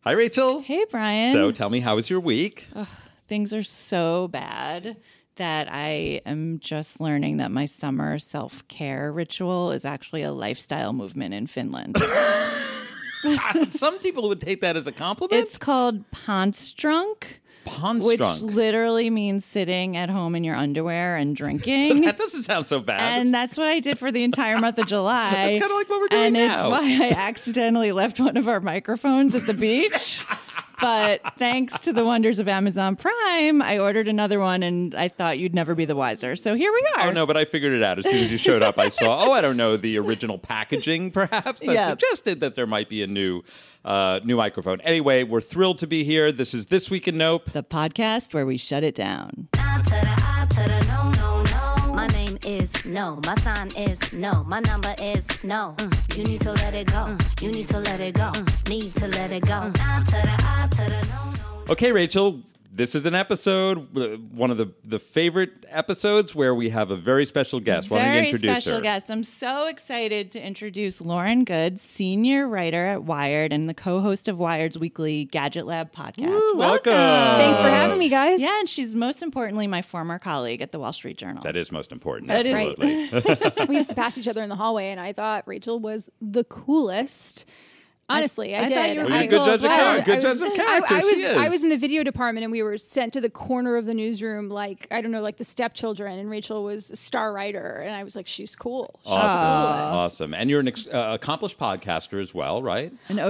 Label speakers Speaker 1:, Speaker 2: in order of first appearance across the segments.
Speaker 1: Hi, Rachel.
Speaker 2: Hey, Brian.
Speaker 1: So tell me, how was your week?
Speaker 2: Things are so bad that I am just learning that my summer self care ritual is actually a lifestyle movement in Finland.
Speaker 1: Some people would take that as a compliment.
Speaker 2: it's called Ponstrunk, which
Speaker 1: Ponstrunk.
Speaker 2: literally means sitting at home in your underwear and drinking.
Speaker 1: That doesn't sound so bad.
Speaker 2: And that's what I did for the entire month of July.
Speaker 1: That's kinda like what we're doing
Speaker 2: and
Speaker 1: now.
Speaker 2: it's why I accidentally left one of our microphones at the beach. But thanks to the wonders of Amazon Prime, I ordered another one, and I thought you'd never be the wiser. So here we are.
Speaker 1: Oh no, but I figured it out as soon as you showed up. I saw, oh, I don't know, the original packaging perhaps that
Speaker 2: Yeah.
Speaker 1: suggested that there might be a new, uh, new microphone. Anyway, we're thrilled to be here. This is this week in Nope.
Speaker 2: The podcast where we shut it down.
Speaker 3: I to the I to the no, no, no. My name is no. My sign is no. My number is no. Mm. You need to let it go. Mm. You need to let it go. Mm. Need to let it go. Mm. I to the I to the no, no, no.
Speaker 1: Okay, Rachel, this is an episode, uh, one of the the favorite episodes where we have a very special guest. Why don't you
Speaker 2: Very
Speaker 1: introduce
Speaker 2: special
Speaker 1: her?
Speaker 2: guest. I'm so excited to introduce Lauren Good, senior writer at Wired and the co-host of Wired's weekly Gadget Lab podcast.
Speaker 1: Woo, welcome.
Speaker 4: Thanks for having me, guys.
Speaker 2: Yeah, and she's most importantly my former colleague at the Wall Street Journal.
Speaker 1: That is most important.
Speaker 2: That is-
Speaker 1: absolutely.
Speaker 4: we used to pass each other in the hallway, and I thought Rachel was the coolest. Honestly, I,
Speaker 2: I
Speaker 4: did.
Speaker 2: thought you were
Speaker 1: Well, you're a
Speaker 2: cool
Speaker 1: good
Speaker 2: as
Speaker 1: judge of
Speaker 2: well.
Speaker 1: character. Good
Speaker 4: I was-
Speaker 1: judge of
Speaker 4: I-
Speaker 1: character.
Speaker 4: I, was
Speaker 1: she is.
Speaker 4: I was in the video department, and we were sent to the corner of the newsroom, like I don't know, like the stepchildren. And Rachel was a star writer, and I was like, she's cool. Uh, She's
Speaker 1: Awesome,
Speaker 4: the coolest.
Speaker 1: awesome, and you're an ex- uh, accomplished podcaster as well, right?
Speaker 2: An OG.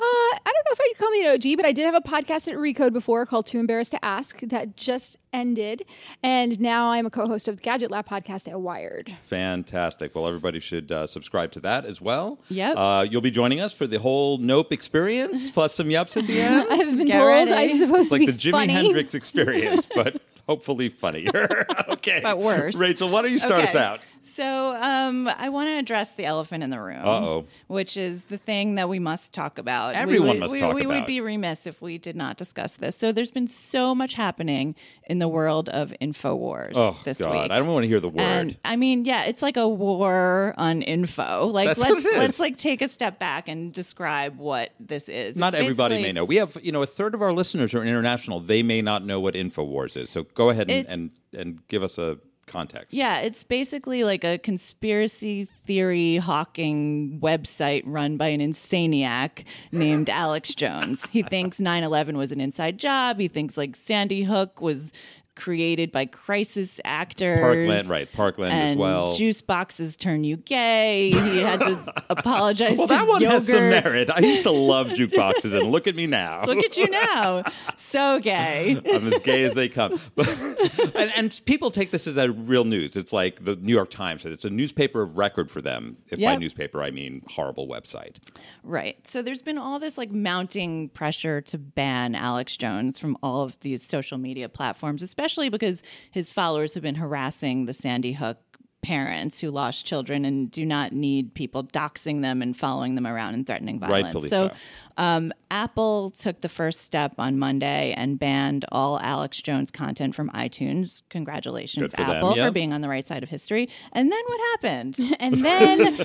Speaker 4: Uh, I don't know if I'd call me an OG, but I did have a podcast at Recode before called Too Embarrassed to Ask that just ended, and now I'm a co-host of the Gadget Lab podcast at Wired.
Speaker 1: Fantastic. Well, everybody should uh, subscribe to that as well.
Speaker 2: Yep.
Speaker 1: Uh, you'll be joining us for the whole Nope experience, plus some yups at the end.
Speaker 4: I've been
Speaker 2: Get
Speaker 4: told
Speaker 2: ready.
Speaker 4: I'm supposed
Speaker 1: It's like
Speaker 4: to be
Speaker 1: the Jimi
Speaker 4: funny.
Speaker 1: Hendrix experience, but hopefully funnier. okay.
Speaker 2: But worse.
Speaker 1: Rachel, why don't you start us
Speaker 2: Okay.
Speaker 1: out?
Speaker 2: So um, I want to address the elephant in the room.
Speaker 1: Uh-oh.
Speaker 2: Which is the thing that we must talk about. We
Speaker 1: Everyone
Speaker 2: would-
Speaker 1: must
Speaker 2: we,
Speaker 1: talk
Speaker 2: we
Speaker 1: about.
Speaker 2: would be remiss if we did not discuss this. So there's been so much happening in the world of Infowars
Speaker 1: Oh,
Speaker 2: this
Speaker 1: God.
Speaker 2: week.
Speaker 1: I don't want to hear the word.
Speaker 2: And I mean, yeah, it's like a war on info. Like
Speaker 1: That's
Speaker 2: let's
Speaker 1: what it is.
Speaker 2: let's like take a step back and describe what this is.
Speaker 1: not
Speaker 2: It's
Speaker 1: everybody
Speaker 2: basically-
Speaker 1: may know. We have, you know, a third of our listeners are international. They may not know what InfoWars is. So go ahead and,
Speaker 2: It's-
Speaker 1: and, and give us a context.
Speaker 2: Yeah, it's basically like a conspiracy theory hawking website run by an insaniac named Alex Jones. He thinks 9 11 was an inside job. He thinks like Sandy Hook was created by crisis actors.
Speaker 1: Parkland, right. Parkland
Speaker 2: And
Speaker 1: as well.
Speaker 2: juice boxes turn you gay. He had to apologize
Speaker 1: well,
Speaker 2: to
Speaker 1: that one has some
Speaker 2: yogurt.
Speaker 1: merit. I used to love jukeboxes, and look at me now.
Speaker 2: Look at you now. So gay.
Speaker 1: I'm as gay as they come. But, and, and people take this as a real news. It's like the New York Times said it's a newspaper of record for them. If by
Speaker 2: Yep.
Speaker 1: newspaper I mean horrible website.
Speaker 2: Right. So there's been all this like mounting pressure to ban Alex Jones from all of these social media platforms, especially because his followers have been harassing the Sandy Hook parents who lost children and do not need people doxing them and following them around and threatening violence.
Speaker 1: Rightfully so.
Speaker 2: Um, Apple took the first step on Monday and banned all Alex Jones content from iTunes. Congratulations,
Speaker 1: Good for them,
Speaker 2: Apple,
Speaker 1: yeah.
Speaker 2: for being on the right side of history. And then what happened?
Speaker 4: And then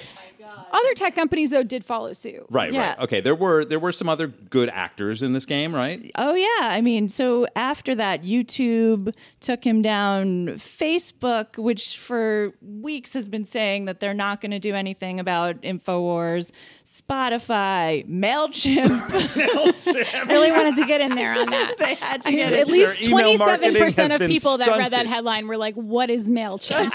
Speaker 4: other tech companies though did follow suit.
Speaker 1: Oh Right,
Speaker 2: Yeah.
Speaker 1: right. Okay, there were there were some other good actors in this game, right?
Speaker 2: Oh yeah, I mean, so after that, YouTube took him down. Facebook, which for weeks has been saying that they're not going to do anything about Infowars, Spotify, Mailchimp.
Speaker 4: Really wanted to get in there on that.
Speaker 2: they had to
Speaker 4: I mean,
Speaker 2: get
Speaker 4: at
Speaker 2: it.
Speaker 4: least
Speaker 1: email
Speaker 4: twenty seven
Speaker 1: marketing has
Speaker 4: percent of
Speaker 1: been
Speaker 4: people that read that
Speaker 1: stunted.
Speaker 4: headline were like, "What is Mailchimp?"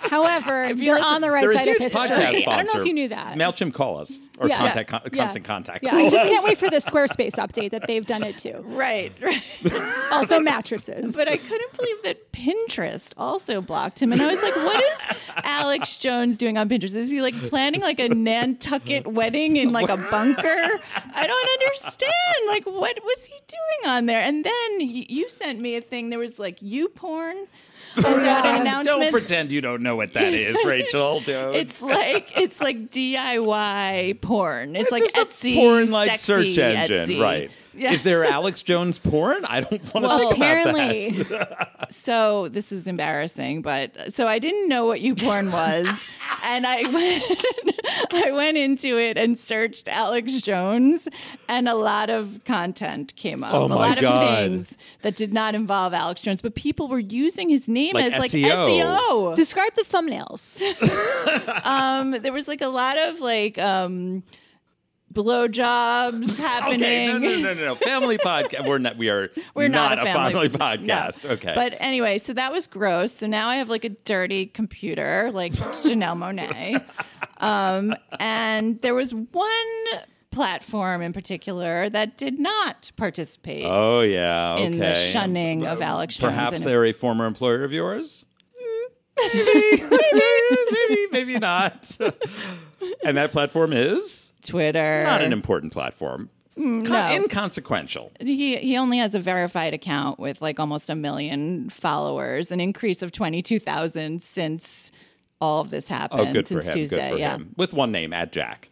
Speaker 4: However, if
Speaker 2: you
Speaker 4: you're
Speaker 2: listen-
Speaker 4: on the right
Speaker 1: They're a
Speaker 4: side of
Speaker 1: huge podcast
Speaker 4: history.
Speaker 1: sponsor.
Speaker 4: I don't know if you knew that.
Speaker 1: Mailchimp call us or
Speaker 4: Yeah.
Speaker 1: contact con-
Speaker 4: Yeah.
Speaker 1: constant contact.
Speaker 4: Yeah, I just can't wait for the Squarespace update that they've done it too.
Speaker 2: Right, right.
Speaker 4: Also mattresses.
Speaker 2: But I couldn't believe that Pinterest also blocked him, and I was like, "What is Alex Jones doing on Pinterest? Is he like planning like a Nantucket wedding in like a bunker? I don't understand. Like, what was he doing on there?" And then y- you sent me a thing. There was like you porn. Oh, an announcement.
Speaker 1: Don't pretend you don't know what that is, Rachel. Dude.
Speaker 2: It's like it's like DIY porn. It's, like
Speaker 1: just a
Speaker 2: Etsy
Speaker 1: porn-like
Speaker 2: sexy
Speaker 1: search engine,
Speaker 2: Etsy.
Speaker 1: right.
Speaker 2: Yeah.
Speaker 1: Is there Alex Jones porn? I don't want to
Speaker 2: Well,
Speaker 1: think about that.
Speaker 4: Apparently,
Speaker 2: So this is embarrassing, but so I didn't know what YouPorn was, and I went, I went into it and searched Alex Jones, and a lot of content came up.
Speaker 1: Oh
Speaker 2: a
Speaker 1: my
Speaker 2: lot
Speaker 1: God.
Speaker 2: of things that did not involve Alex Jones, but people were using his name
Speaker 1: Like E
Speaker 2: as like E
Speaker 1: SEO.
Speaker 2: SEO.
Speaker 4: describe the thumbnails.
Speaker 2: um, there was like a lot of like um, blowjobs happening.
Speaker 1: Okay, no, no, no, no, no. Family podcast. We're not. We are.
Speaker 2: We're not,
Speaker 1: a family, podcast.
Speaker 2: No.
Speaker 1: Okay.
Speaker 2: But anyway, so that was gross. So now I have like a dirty computer, like Janelle Monet. Um, and there was one platform in particular that did not participate
Speaker 1: oh yeah. Okay.
Speaker 2: in the shunning of Alex Jones.
Speaker 1: Perhaps
Speaker 2: and-
Speaker 1: they're a former employer of yours. maybe, maybe, maybe, maybe not. and that platform is
Speaker 2: Twitter.
Speaker 1: not an important platform.
Speaker 2: Mm,
Speaker 1: Con- Inconsequential.
Speaker 2: he he only has a verified account with like almost a million followers, an increase of twenty two thousand since all of this
Speaker 1: Oh,
Speaker 2: happened
Speaker 1: good for
Speaker 2: since
Speaker 1: him.
Speaker 2: Tuesday.
Speaker 1: good for
Speaker 2: yeah.
Speaker 1: him. With one name, at Jack.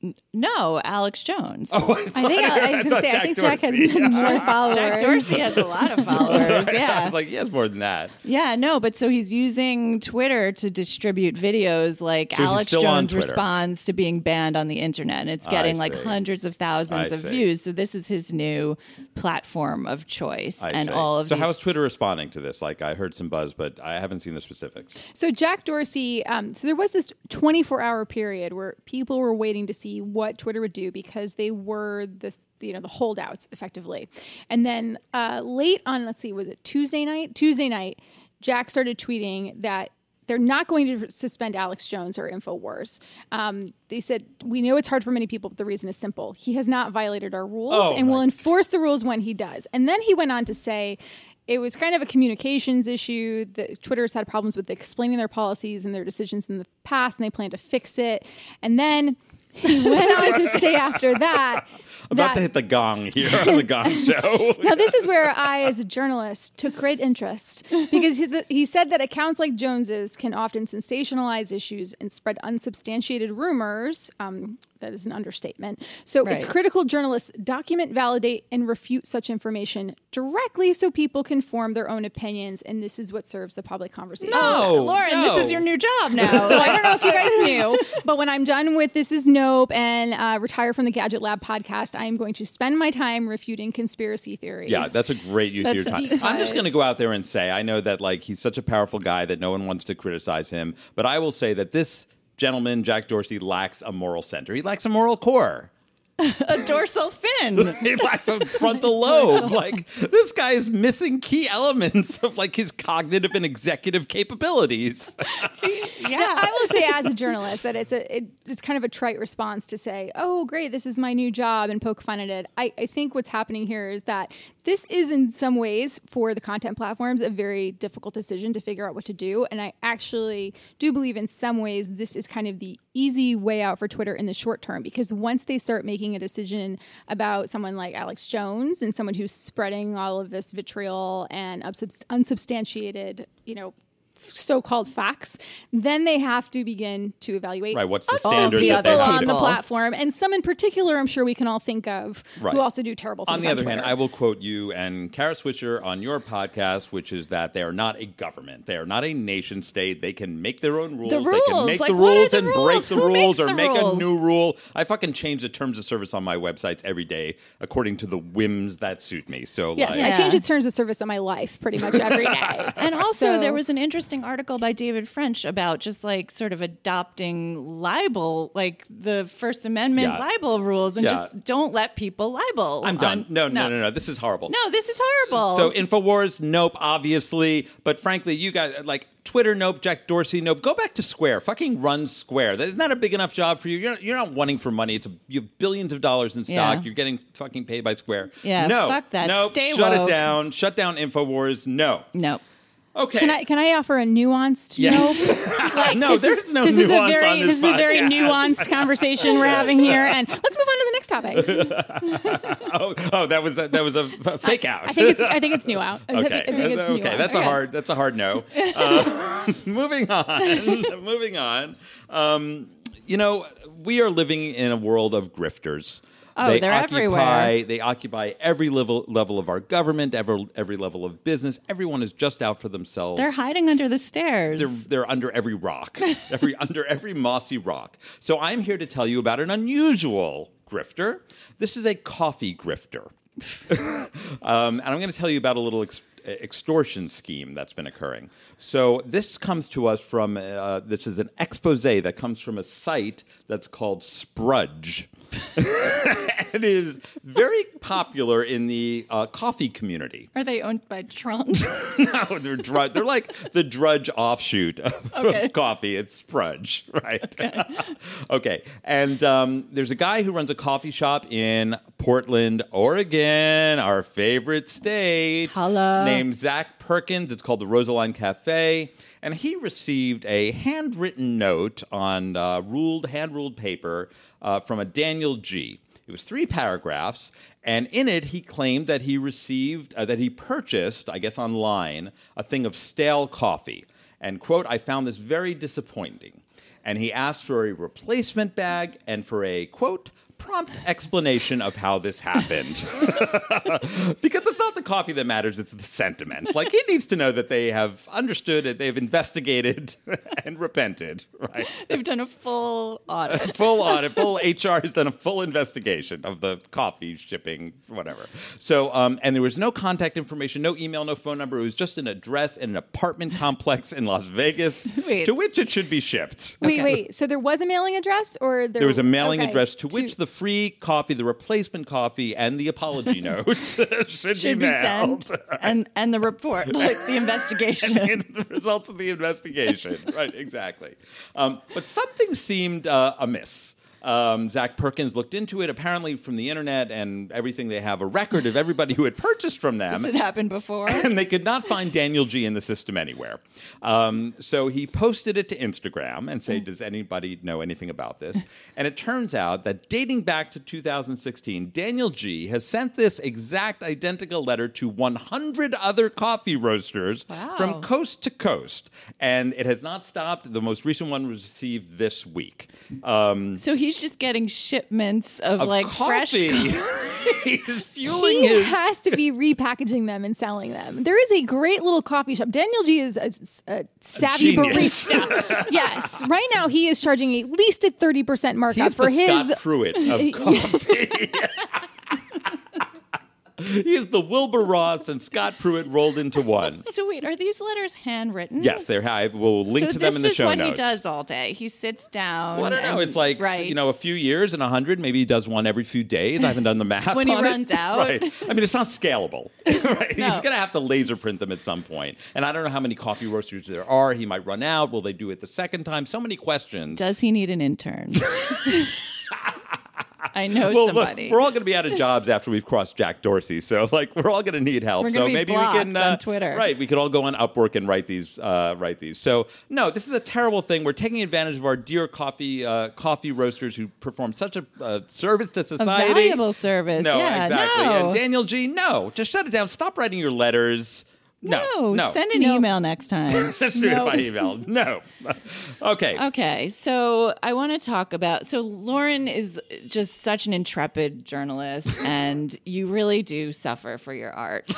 Speaker 2: No, Alex Jones.
Speaker 4: I think uh, I, I was going to say. I
Speaker 1: Jack
Speaker 4: think Jack has
Speaker 1: Dorsey.
Speaker 4: more followers.
Speaker 2: Jack Dorsey has a lot of followers.
Speaker 1: I
Speaker 2: Yeah.
Speaker 1: was like, he has more than that.
Speaker 2: yeah, no, but so he's using Twitter to distribute videos like
Speaker 1: he's
Speaker 2: Alex
Speaker 1: still on
Speaker 2: Jones
Speaker 1: Twitter.
Speaker 2: responds to being banned on the internet and it's getting like
Speaker 1: see.
Speaker 2: hundreds of thousands
Speaker 1: I
Speaker 2: of
Speaker 1: see.
Speaker 2: views. So this is his new platform of choice
Speaker 1: I
Speaker 2: and
Speaker 1: see.
Speaker 2: all of
Speaker 1: so
Speaker 2: these
Speaker 1: how's Twitter responding to this? Like, I heard some buzz, but I haven't seen the specifics.
Speaker 4: So Jack Dorsey, um, so there was this 24-hour period where people were waiting to see what Twitter would do because they were this, you know, the holdouts effectively. And then uh, late on, let's see, was it Tuesday night? Tuesday night, Jack started tweeting that they're not going to suspend Alex Jones or Infowars. Um, they said we know it's hard for many people, but the reason is simple: he has not violated our rules,
Speaker 1: Oh,
Speaker 4: and
Speaker 1: my
Speaker 4: we'll enforce the rules when he does. And then he went on to say it was kind of a communications issue. The, Twitter's had problems with explaining their policies and their decisions in the past, and they plan to fix it. And then he went on to say after that.
Speaker 1: I'm about
Speaker 4: that-
Speaker 1: to hit the gong here on the gong show.
Speaker 4: now, this is where I, as a journalist, took great interest because he, he said that accounts like Jones's can often sensationalize issues and spread unsubstantiated rumors. Um, that is an understatement. So it's
Speaker 2: Right.
Speaker 4: critical journalists document, validate, and refute such information directly so people can form their own opinions. And this is what serves the public conversation.
Speaker 1: No. Oh,
Speaker 2: Lauren,
Speaker 1: no.
Speaker 2: this is your new job now.
Speaker 4: So I don't know if you guys knew, but when I'm done with this is nope and uh, retire from the Gadget Lab podcast, I am going to spend my time refuting conspiracy theories.
Speaker 1: Yeah, that's a great use of your
Speaker 4: That's
Speaker 1: time. I'm just going to
Speaker 4: because-
Speaker 1: go out there and say I know that like he's such a powerful guy that no one wants to criticize him, but I will say that this gentleman Jack Dorsey lacks a moral center. He lacks a moral core.
Speaker 2: a dorsal fin.
Speaker 1: He lacks a frontal lobe. Like this guy is missing key elements of like his cognitive and executive capabilities.
Speaker 4: Now, I will say, as a journalist, that it's a it, it's kind of a trite response to say, "Oh, great, this is my new job," and poke fun at it. I, I think what's happening here is that this is, in some ways, for the content platforms, a very difficult decision to figure out what to do. And I actually do believe, in some ways, this is kind of the easy way out for Twitter in the short term because once they start making a decision about someone like Alex Jones and someone who's spreading all of this vitriol and unsubst- unsubstantiated, you know so-called facts, then they have to begin to evaluate
Speaker 1: Right, what's the
Speaker 4: other
Speaker 1: standard
Speaker 4: people
Speaker 1: that they have
Speaker 4: on
Speaker 1: to-
Speaker 4: the
Speaker 2: People.
Speaker 4: platform, and some in particular, I'm sure we can all think of
Speaker 1: Right.
Speaker 4: who also do terrible things.
Speaker 1: on the other hand,
Speaker 4: Twitter.
Speaker 1: I will quote you and Kara Swisher on your podcast, which is that they are not a government. They are not a nation state. They can make their own rules. They can
Speaker 2: rules.
Speaker 1: make
Speaker 2: Like,
Speaker 1: the
Speaker 2: what are
Speaker 1: rules
Speaker 2: the
Speaker 1: and
Speaker 2: rules?
Speaker 1: break the
Speaker 2: Who
Speaker 1: rules
Speaker 2: makes
Speaker 1: or
Speaker 2: the
Speaker 1: make a
Speaker 2: rules?
Speaker 1: new rule. I fucking change the terms of service on my websites every day according to the whims that suit me. So,
Speaker 4: yes,
Speaker 1: like,
Speaker 4: I
Speaker 2: Yeah.
Speaker 4: change the terms of service in my life pretty much every day.
Speaker 2: And also,
Speaker 4: So-
Speaker 2: there was an interesting article by David French about just like sort of adopting libel, like the First Amendment
Speaker 1: Yeah.
Speaker 2: libel rules, and
Speaker 1: Yeah.
Speaker 2: just don't let people libel.
Speaker 1: I'm done.
Speaker 2: on-
Speaker 1: no, no, no, no, This is horrible.
Speaker 2: Um, No, this is horrible.
Speaker 1: So Infowars, nope, obviously. But frankly, you guys like Twitter, nope. Jack Dorsey, nope. Go back to Square. Fucking run Square. That is not a big enough job for you. You're not, you're not wanting for money. It's a, you have billions of dollars in stock.
Speaker 2: Yeah.
Speaker 1: You're getting fucking paid by Square.
Speaker 2: Yeah,
Speaker 1: no,
Speaker 2: fuck that.
Speaker 1: Nope.
Speaker 2: Stay
Speaker 1: Shut it
Speaker 2: woke.
Speaker 1: down. Shut down Infowars. No.
Speaker 2: no.
Speaker 1: Okay.
Speaker 4: Can I can I offer a nuanced?
Speaker 1: Yes.
Speaker 4: No, Like,
Speaker 1: No,
Speaker 4: this
Speaker 1: there's
Speaker 4: is,
Speaker 1: no
Speaker 4: this
Speaker 1: nuance
Speaker 4: is a very
Speaker 1: on this
Speaker 4: this is a very
Speaker 1: podcast.
Speaker 4: nuanced conversation we're having here, and let's move on to the next topic.
Speaker 1: oh, oh, that was a, that was a f- fake out.
Speaker 4: I think it's I think it's new out. I think,
Speaker 1: Okay,
Speaker 4: I think it's
Speaker 1: okay,
Speaker 4: nuanced.
Speaker 1: that's a hard that's a hard no. Uh, moving on, moving on. Um, you know, we are living in a world of grifters.
Speaker 2: Oh,
Speaker 1: they
Speaker 2: they're
Speaker 1: occupy,
Speaker 2: everywhere.
Speaker 1: They occupy every level level of our government, every every level of business. Everyone is just out for themselves.
Speaker 2: They're hiding under the stairs.
Speaker 1: They're they're under every rock, every under every mossy rock. So I'm here to tell you about an unusual grifter. This is a coffee grifter, um, and I'm going to tell you about a little. Ex- extortion scheme that's been occurring so this comes to us from uh, this is an expose that comes from a site that's called sprudge it is very popular in the uh, coffee community
Speaker 2: Are they owned by Trump?
Speaker 1: no, they're drudge. They're like the drudge offshoot of, of
Speaker 2: Okay.
Speaker 1: coffee. It's sprudge, right? Okay. And um, there's a guy who runs a coffee shop in Portland, Oregon, our favorite state.
Speaker 2: Hello.
Speaker 1: Named Zach Perkins. It's called the Rosaline Cafe. And he received a handwritten note on uh, ruled, hand ruled paper uh, from a Daniel G. It was three paragraphs, and in it he claimed that he received, uh, that he purchased, I guess online, a thing of stale coffee. And quote, I found this very disappointing. And he asked for a replacement bag and for a quote, prompt explanation of how this happened. because it's not the coffee that matters, it's the sentiment. Like he needs to know that they have understood it, they've investigated and repented, right?
Speaker 2: They've done a full audit.
Speaker 1: full audit, full HR has done a full investigation of the coffee shipping, whatever. So, um, and there was no contact information, no email, no phone number. It was just an address in an apartment complex in Las Vegas
Speaker 2: Wait.
Speaker 1: to which it should be shipped.
Speaker 4: Wait, wait. So there was a mailing address, or there,
Speaker 1: There was a mailing
Speaker 4: okay,
Speaker 1: address to which the free coffee, the replacement coffee, and the apology note should,
Speaker 2: Should
Speaker 1: be
Speaker 2: be
Speaker 1: mailed.
Speaker 2: sent. And and the report, like the investigation.
Speaker 1: and the results of the investigation. right, exactly. Um, but something seemed uh, amiss. Um, Zach Perkins looked into it, apparently from the internet and everything. They have a record of everybody who had purchased from them.
Speaker 2: Has it happened before?
Speaker 1: and they could not find Daniel G in the system anywhere. Um, so he posted it to Instagram and said, "Does anybody know anything about this?" And it turns out that dating back to 2016, Daniel G has sent this exact identical letter to 100 other coffee roasters
Speaker 2: Wow.
Speaker 1: from coast to coast, and it has not stopped. The most recent one was received this week. Um,
Speaker 2: So he's just getting shipments of,
Speaker 1: of
Speaker 2: like
Speaker 1: coffee.
Speaker 2: fresh.
Speaker 1: He's fueling
Speaker 4: He
Speaker 1: his
Speaker 4: has to be repackaging them and selling them. There is a great little coffee shop. Daniel G is a, a savvy
Speaker 1: Genius.
Speaker 4: barista. yes, right now he is charging at least a thirty percent markup
Speaker 1: He's
Speaker 4: for
Speaker 1: the
Speaker 4: his.
Speaker 1: Scott Pruitt of coffee. he is the Wilbur Ross and Scott Pruitt rolled into one.
Speaker 2: So wait, are these letters handwritten?
Speaker 1: Yes, they're high. We'll link
Speaker 2: so
Speaker 1: to them
Speaker 2: this
Speaker 1: in the
Speaker 2: is
Speaker 1: show
Speaker 2: what
Speaker 1: notes.
Speaker 2: he does all day. He sits down.
Speaker 1: Well, I don't know.
Speaker 2: and
Speaker 1: It's like you know, a
Speaker 2: writes.
Speaker 1: few years and a hundred. Maybe he does one every few days. I haven't done the math.
Speaker 2: When he
Speaker 1: on it.
Speaker 2: runs out.
Speaker 1: right? I mean, it's not scalable. right?
Speaker 2: No.
Speaker 1: He's going to have to laser print them at some point. And I don't know how many coffee roasters there are. He might run out. Will they do it the second time? So many questions.
Speaker 2: Does he need an intern? I know
Speaker 1: well, look,
Speaker 2: somebody.
Speaker 1: we're all going to be out of jobs after we've crossed Jack Dorsey, so like we're all going to need help.
Speaker 2: We're gonna
Speaker 1: so
Speaker 2: be
Speaker 1: maybe we can uh,
Speaker 2: blocked on Twitter.
Speaker 1: right? We could all go on Upwork and write these, uh, write these. So no, this is a terrible thing. We're taking advantage of our dear coffee uh, coffee roasters who perform such a uh, service to society,
Speaker 2: valuable service.
Speaker 1: No,
Speaker 2: Yeah,
Speaker 1: exactly.
Speaker 2: no.
Speaker 1: And Daniel G, no, just shut it down. Stop writing your letters. No, no,
Speaker 2: send an email next time.
Speaker 1: Just do it by email. No. okay.
Speaker 2: Okay, so I want to talk about. So Lauren is just such an intrepid journalist, and you really do suffer for your art.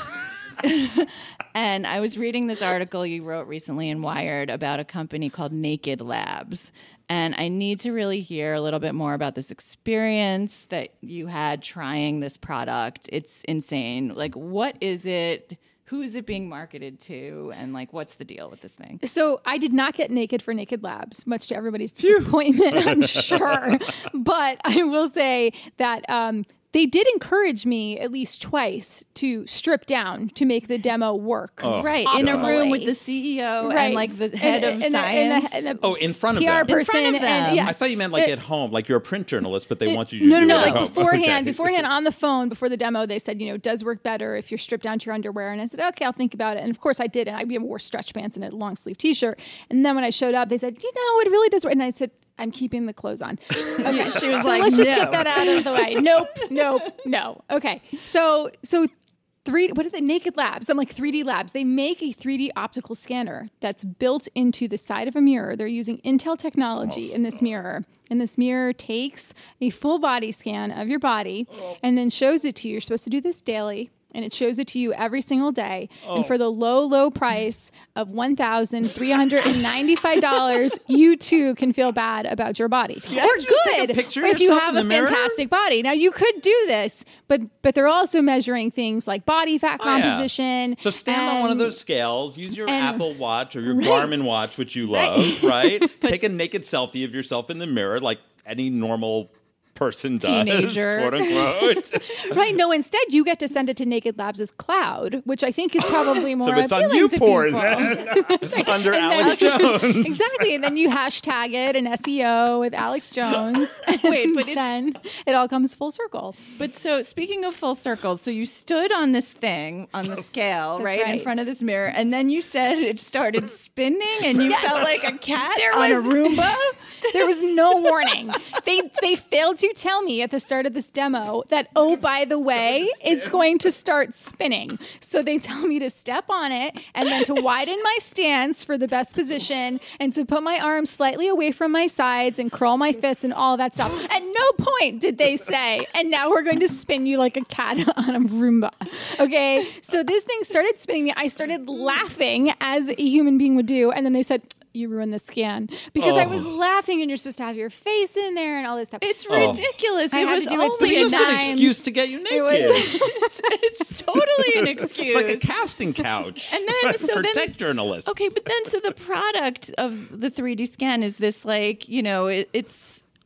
Speaker 2: and I was reading this article you wrote recently in Wired about a company called Naked Labs. And I need to really hear a little bit more about this experience that you had trying this product. It's insane. Like, what is it? Who is it being marketed to? And, like, what's the deal with this thing?
Speaker 4: So I did not get naked for Naked Labs, much to everybody's disappointment, I'm sure. But I will say that um, they did encourage me at least twice to strip down to make the demo work.
Speaker 1: Oh.
Speaker 2: right in a
Speaker 4: God.
Speaker 2: room with the CEO and like the head of
Speaker 4: and the- and
Speaker 2: science.
Speaker 4: the- and the
Speaker 1: Oh, in front of
Speaker 4: PR
Speaker 1: them.
Speaker 4: person.
Speaker 2: front of them.
Speaker 4: And, yes.
Speaker 1: I thought you meant like
Speaker 4: It-
Speaker 1: at home, like you're a print journalist, but they want you to
Speaker 4: no,
Speaker 1: do
Speaker 4: no,
Speaker 1: it at
Speaker 4: no. Like
Speaker 1: home.
Speaker 4: beforehand,
Speaker 1: Okay.
Speaker 4: beforehand on the phone before the demo, they said, you know, it does work better if you're stripped down to your underwear. And I said, okay, I'll think about it. And of course, I did. And I wore stretch pants and a long sleeve t shirt. And then when I showed up, they said, you know, it really does work. And I said, I'm keeping the clothes on. Okay.
Speaker 2: she was
Speaker 4: so
Speaker 2: like,
Speaker 4: let's just
Speaker 2: "No."
Speaker 4: get that out of the way. Nope, nope, no. Okay. So, so three what is it naked labs i'm like 3d labs they make a 3d optical scanner that's built into the side of a mirror they're using intel technology in this mirror and this mirror takes a full body scan of your body and then shows it to you you're supposed to do this daily and it shows it to you every single day and for the low low price of $1395 you too can feel bad about your body or
Speaker 1: actually just take a
Speaker 4: good
Speaker 1: picture of
Speaker 4: if you
Speaker 1: yourself
Speaker 4: have
Speaker 1: in
Speaker 4: a
Speaker 1: the mirror?
Speaker 4: fantastic fantastic body. Now you could do this, but but they're also measuring things like body fat
Speaker 1: Oh, yeah.
Speaker 4: composition.
Speaker 1: So stand on one of
Speaker 4: and-
Speaker 1: those scales. Use your
Speaker 4: um, and-
Speaker 1: Apple Watch or your
Speaker 4: Right.
Speaker 1: Garmin watch, which you love, right? Take a naked selfie of yourself in the mirror, like any normal person does,
Speaker 2: Teenager.
Speaker 1: quote unquote.
Speaker 4: Right. No, instead you get to send it to Naked Labs as cloud, which I think is probably more
Speaker 1: so it's on
Speaker 4: appealing
Speaker 1: you
Speaker 4: to
Speaker 1: porn
Speaker 4: people.
Speaker 1: under Alex Jones.
Speaker 4: exactly. And then you hashtag it and SEO with Alex Jones.
Speaker 2: Wait, but it's-
Speaker 4: then it all comes full circle.
Speaker 2: But so speaking of full circles, so you stood on this thing on the scale,
Speaker 4: That's
Speaker 2: right, in
Speaker 4: right.
Speaker 2: front of this mirror, and then you said it started spinning, and you felt like a cat on a
Speaker 4: was-
Speaker 2: Roomba.
Speaker 4: There was no warning. They they failed to tell me at the start of this demo that oh by the way it's going to start spinning. So they tell me to step on it and then to widen my stance for the best position and to put my arms slightly away from my sides and curl my fists and all that stuff. At no point did they say and now we're going to spin you like a cat on a Roomba. Okay? So this thing started spinning me. I started laughing as a human being would do and then they said you ruined the scan because I was laughing and you're supposed to have your face in there and all this stuff.
Speaker 2: It's
Speaker 1: Oh.
Speaker 2: ridiculous.
Speaker 4: I
Speaker 2: It
Speaker 4: had to
Speaker 2: was
Speaker 4: do it
Speaker 2: only
Speaker 4: three
Speaker 2: a
Speaker 1: It's just an
Speaker 4: times.
Speaker 1: excuse to get you
Speaker 4: was-
Speaker 1: naked.
Speaker 2: It's totally an
Speaker 1: It's
Speaker 2: excuse.
Speaker 1: like a casting couch.
Speaker 2: And then-
Speaker 1: right,
Speaker 2: so
Speaker 1: for
Speaker 2: then-
Speaker 1: tech journalists.
Speaker 2: Okay, but then so the product of the 3D scan is this like, you know, it, it's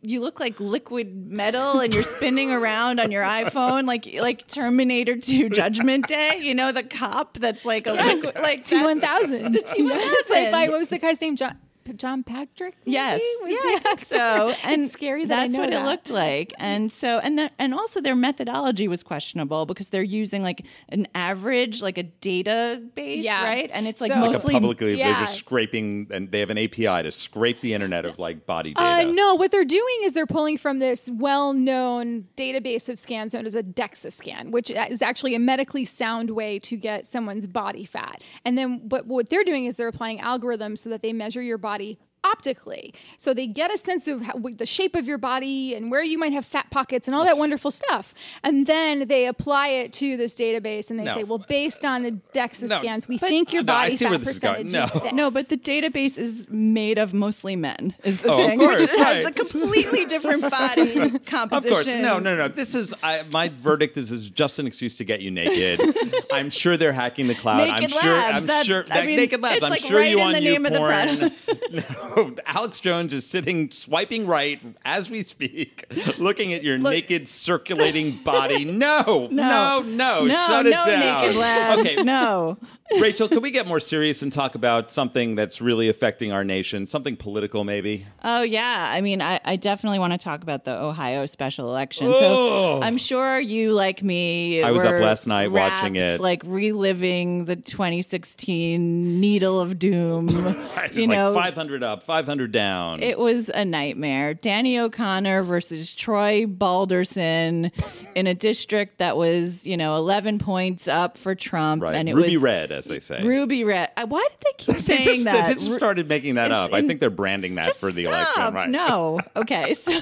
Speaker 2: you look like liquid metal and you're spinning around on your iPhone like like Terminator 2 Judgment Day, you know, the cop that's like a liquid like
Speaker 4: T
Speaker 2: that-
Speaker 4: one thousand.
Speaker 2: T1000.
Speaker 4: What was the guy's name? John John Patrick. maybe?
Speaker 2: Yes.
Speaker 4: Was
Speaker 2: Yeah,
Speaker 4: the
Speaker 2: I think
Speaker 4: actor?
Speaker 2: so
Speaker 4: It's
Speaker 2: and
Speaker 4: scary that I
Speaker 2: that's
Speaker 4: know
Speaker 2: what
Speaker 4: that.
Speaker 2: it looked like. And so and the, and also their methodology was questionable because they're using like an average like a database,
Speaker 4: Yeah.
Speaker 2: right? And it's like
Speaker 4: So- Like a
Speaker 1: Like
Speaker 2: mostly
Speaker 1: publicly, they're
Speaker 4: yeah.
Speaker 1: just scraping, and they have an API to scrape the internet of like body data.
Speaker 4: Uh, no, what they're doing is they're pulling from this well-known database of scans known as a DEXA scan, which is actually a medically sound way to get someone's body fat. And then, but what they're doing is they're applying algorithms so that they measure your body optically, so they get a sense of how, the shape of your body and where you might have fat pockets and all that wonderful stuff. And then they apply it to this database and they
Speaker 1: No.
Speaker 4: say, well, based on the DEXA
Speaker 1: No,
Speaker 4: scans, we think your
Speaker 1: no, I
Speaker 4: body
Speaker 1: see
Speaker 4: fat
Speaker 1: where this is going.
Speaker 4: percentage
Speaker 1: No.
Speaker 4: is this.
Speaker 2: No, but the database is made of mostly men. Is the
Speaker 1: Oh, of
Speaker 2: thing,
Speaker 1: course,
Speaker 2: which has a
Speaker 1: right.
Speaker 2: completely different body composition.
Speaker 1: Of course, no, no, no. This is I, my verdict. Is, is just an excuse to get you naked. I'm sure they're hacking the cloud. I'm
Speaker 2: Naked
Speaker 1: sure.
Speaker 2: labs,
Speaker 1: I'm
Speaker 2: that's-
Speaker 1: sure.
Speaker 2: I
Speaker 1: that-
Speaker 2: mean,
Speaker 1: naked labs.
Speaker 2: it's
Speaker 1: I'm
Speaker 2: like
Speaker 1: sure
Speaker 2: right
Speaker 1: you
Speaker 2: in
Speaker 1: on
Speaker 2: the
Speaker 1: you
Speaker 2: name of the
Speaker 1: porn. no, Alex Jones is sitting swiping right as we speak, looking at your naked circulating body. No, no, no,
Speaker 2: no,
Speaker 1: shut it
Speaker 2: no
Speaker 1: down.
Speaker 2: Naked labs.
Speaker 1: Okay,
Speaker 2: no.
Speaker 1: Rachel, can we get more serious and talk about something that's really affecting our nation? Something political, maybe.
Speaker 2: Oh yeah, I mean, I, I definitely want to talk about the Ohio special election.
Speaker 1: Oh.
Speaker 2: So I'm sure you, like me,
Speaker 1: I was up
Speaker 2: were
Speaker 1: last night watching
Speaker 2: wrapped,
Speaker 1: it.
Speaker 2: like reliving the 2016 needle of doom.
Speaker 1: It's
Speaker 2: Uh, you
Speaker 1: like
Speaker 2: know,
Speaker 1: 500 up, 500 down.
Speaker 2: It was a nightmare. Danny O'Connor versus Troy Balderson in a district that was, you know, 11 points up for Trump.
Speaker 1: right,
Speaker 2: And it
Speaker 1: ruby
Speaker 2: was
Speaker 1: red, as they say.
Speaker 2: Ruby Red. Uh, Why did they keep
Speaker 1: They just,
Speaker 2: saying that?
Speaker 1: they just
Speaker 2: Ru-
Speaker 1: started making that
Speaker 2: It's
Speaker 1: up. I
Speaker 2: in-
Speaker 1: think they're branding that for the election,
Speaker 2: Stop.
Speaker 1: right?
Speaker 2: No. Okay. So,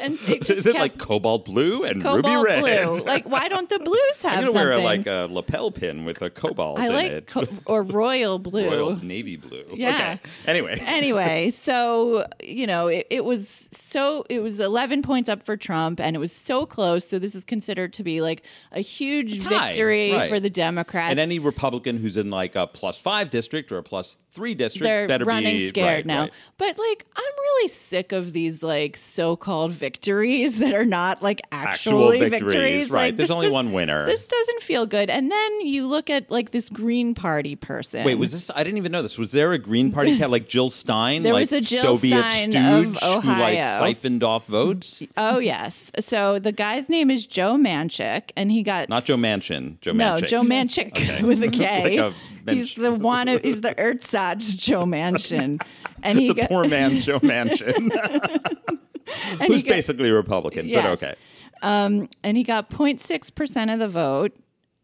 Speaker 2: and it just
Speaker 1: Is it
Speaker 2: kept
Speaker 1: like cobalt blue and
Speaker 2: cobalt
Speaker 1: ruby red?
Speaker 2: blue? Like, why don't the blues have
Speaker 1: I'm gonna
Speaker 2: something?
Speaker 1: wear like a lapel pin with a cobalt
Speaker 2: I
Speaker 1: in
Speaker 2: like
Speaker 1: it.
Speaker 2: co- or royal blue.
Speaker 1: Royal navy blue.
Speaker 2: Yeah.
Speaker 1: Okay. Anyway.
Speaker 2: anyway, so you know, it, it was so it was eleven points up for Trump, and it was so close. So this is considered to be like a huge
Speaker 1: A tie,
Speaker 2: victory
Speaker 1: right.
Speaker 2: for the Democrats.
Speaker 1: and any Republican who's in like a plus five district or a plus three district
Speaker 2: they're
Speaker 1: better
Speaker 2: running
Speaker 1: be
Speaker 2: scared
Speaker 1: right,
Speaker 2: now.
Speaker 1: right.
Speaker 2: But like, I'm really sick of these like so-called victories that are not like
Speaker 1: Actual
Speaker 2: actually
Speaker 1: victories, right?
Speaker 2: Like,
Speaker 1: There's
Speaker 2: this
Speaker 1: only
Speaker 2: does-
Speaker 1: one winner.
Speaker 2: This doesn't feel good. And then you look at like this Green Party person.
Speaker 1: Wait, was this? I didn't even know this. Was there a Green Party cat like Jill Stein?
Speaker 2: There
Speaker 1: like
Speaker 2: was a Jill
Speaker 1: Soviet
Speaker 2: Stein
Speaker 1: stooge
Speaker 2: of
Speaker 1: who like
Speaker 2: Ohio.
Speaker 1: siphoned off votes?
Speaker 2: Oh yes. So the guy's name is Joe Manchik, and he got
Speaker 1: Not Joe Manchin. Joe
Speaker 2: No,
Speaker 1: Manchin.
Speaker 2: Joe Manchin
Speaker 1: Okay.
Speaker 2: with a
Speaker 1: Like
Speaker 2: K.
Speaker 1: a
Speaker 2: he's
Speaker 1: Manchin.
Speaker 2: the one. He's the Erzatz Joe Manchin, and he
Speaker 1: the
Speaker 2: got,
Speaker 1: poor man's Joe Manchin,
Speaker 2: and he
Speaker 1: who's
Speaker 2: got-
Speaker 1: basically a Republican,
Speaker 2: Yes.
Speaker 1: but okay.
Speaker 2: Um, and he got 06 percent of the vote.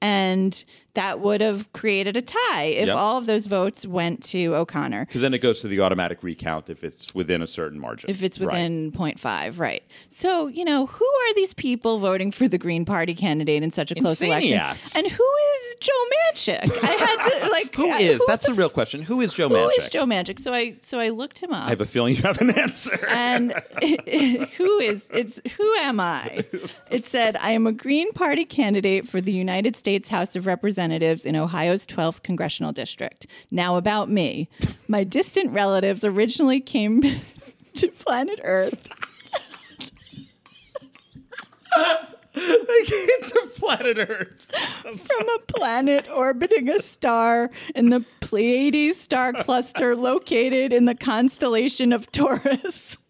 Speaker 2: and that would have created a tie if
Speaker 1: Yep.
Speaker 2: all of those votes went to O'Connor.
Speaker 1: Because then it goes to the automatic recount if it's within a certain margin.
Speaker 2: If it's
Speaker 1: Right.
Speaker 2: within 0.5, right. So, you know, who are these people voting for the Green Party candidate in such a close election?
Speaker 1: Insaniacs.
Speaker 2: And who is Joe Manchik? I had to like
Speaker 1: Who
Speaker 2: uh,
Speaker 1: is?
Speaker 2: who
Speaker 1: That's the real question. Who is Joe
Speaker 2: who
Speaker 1: Manchin?
Speaker 2: is Joe Manchik? So I so I looked him up.
Speaker 1: I have a feeling you have an answer.
Speaker 2: and who is it's who am I? It said I am a Green Party candidate for the United States House of Representatives in Ohio's 12th congressional district. Now about me. My distant relatives originally came to planet Earth.
Speaker 1: they came to planet Earth.
Speaker 2: from a planet orbiting a star in the Pleiades star cluster located in the constellation of Taurus.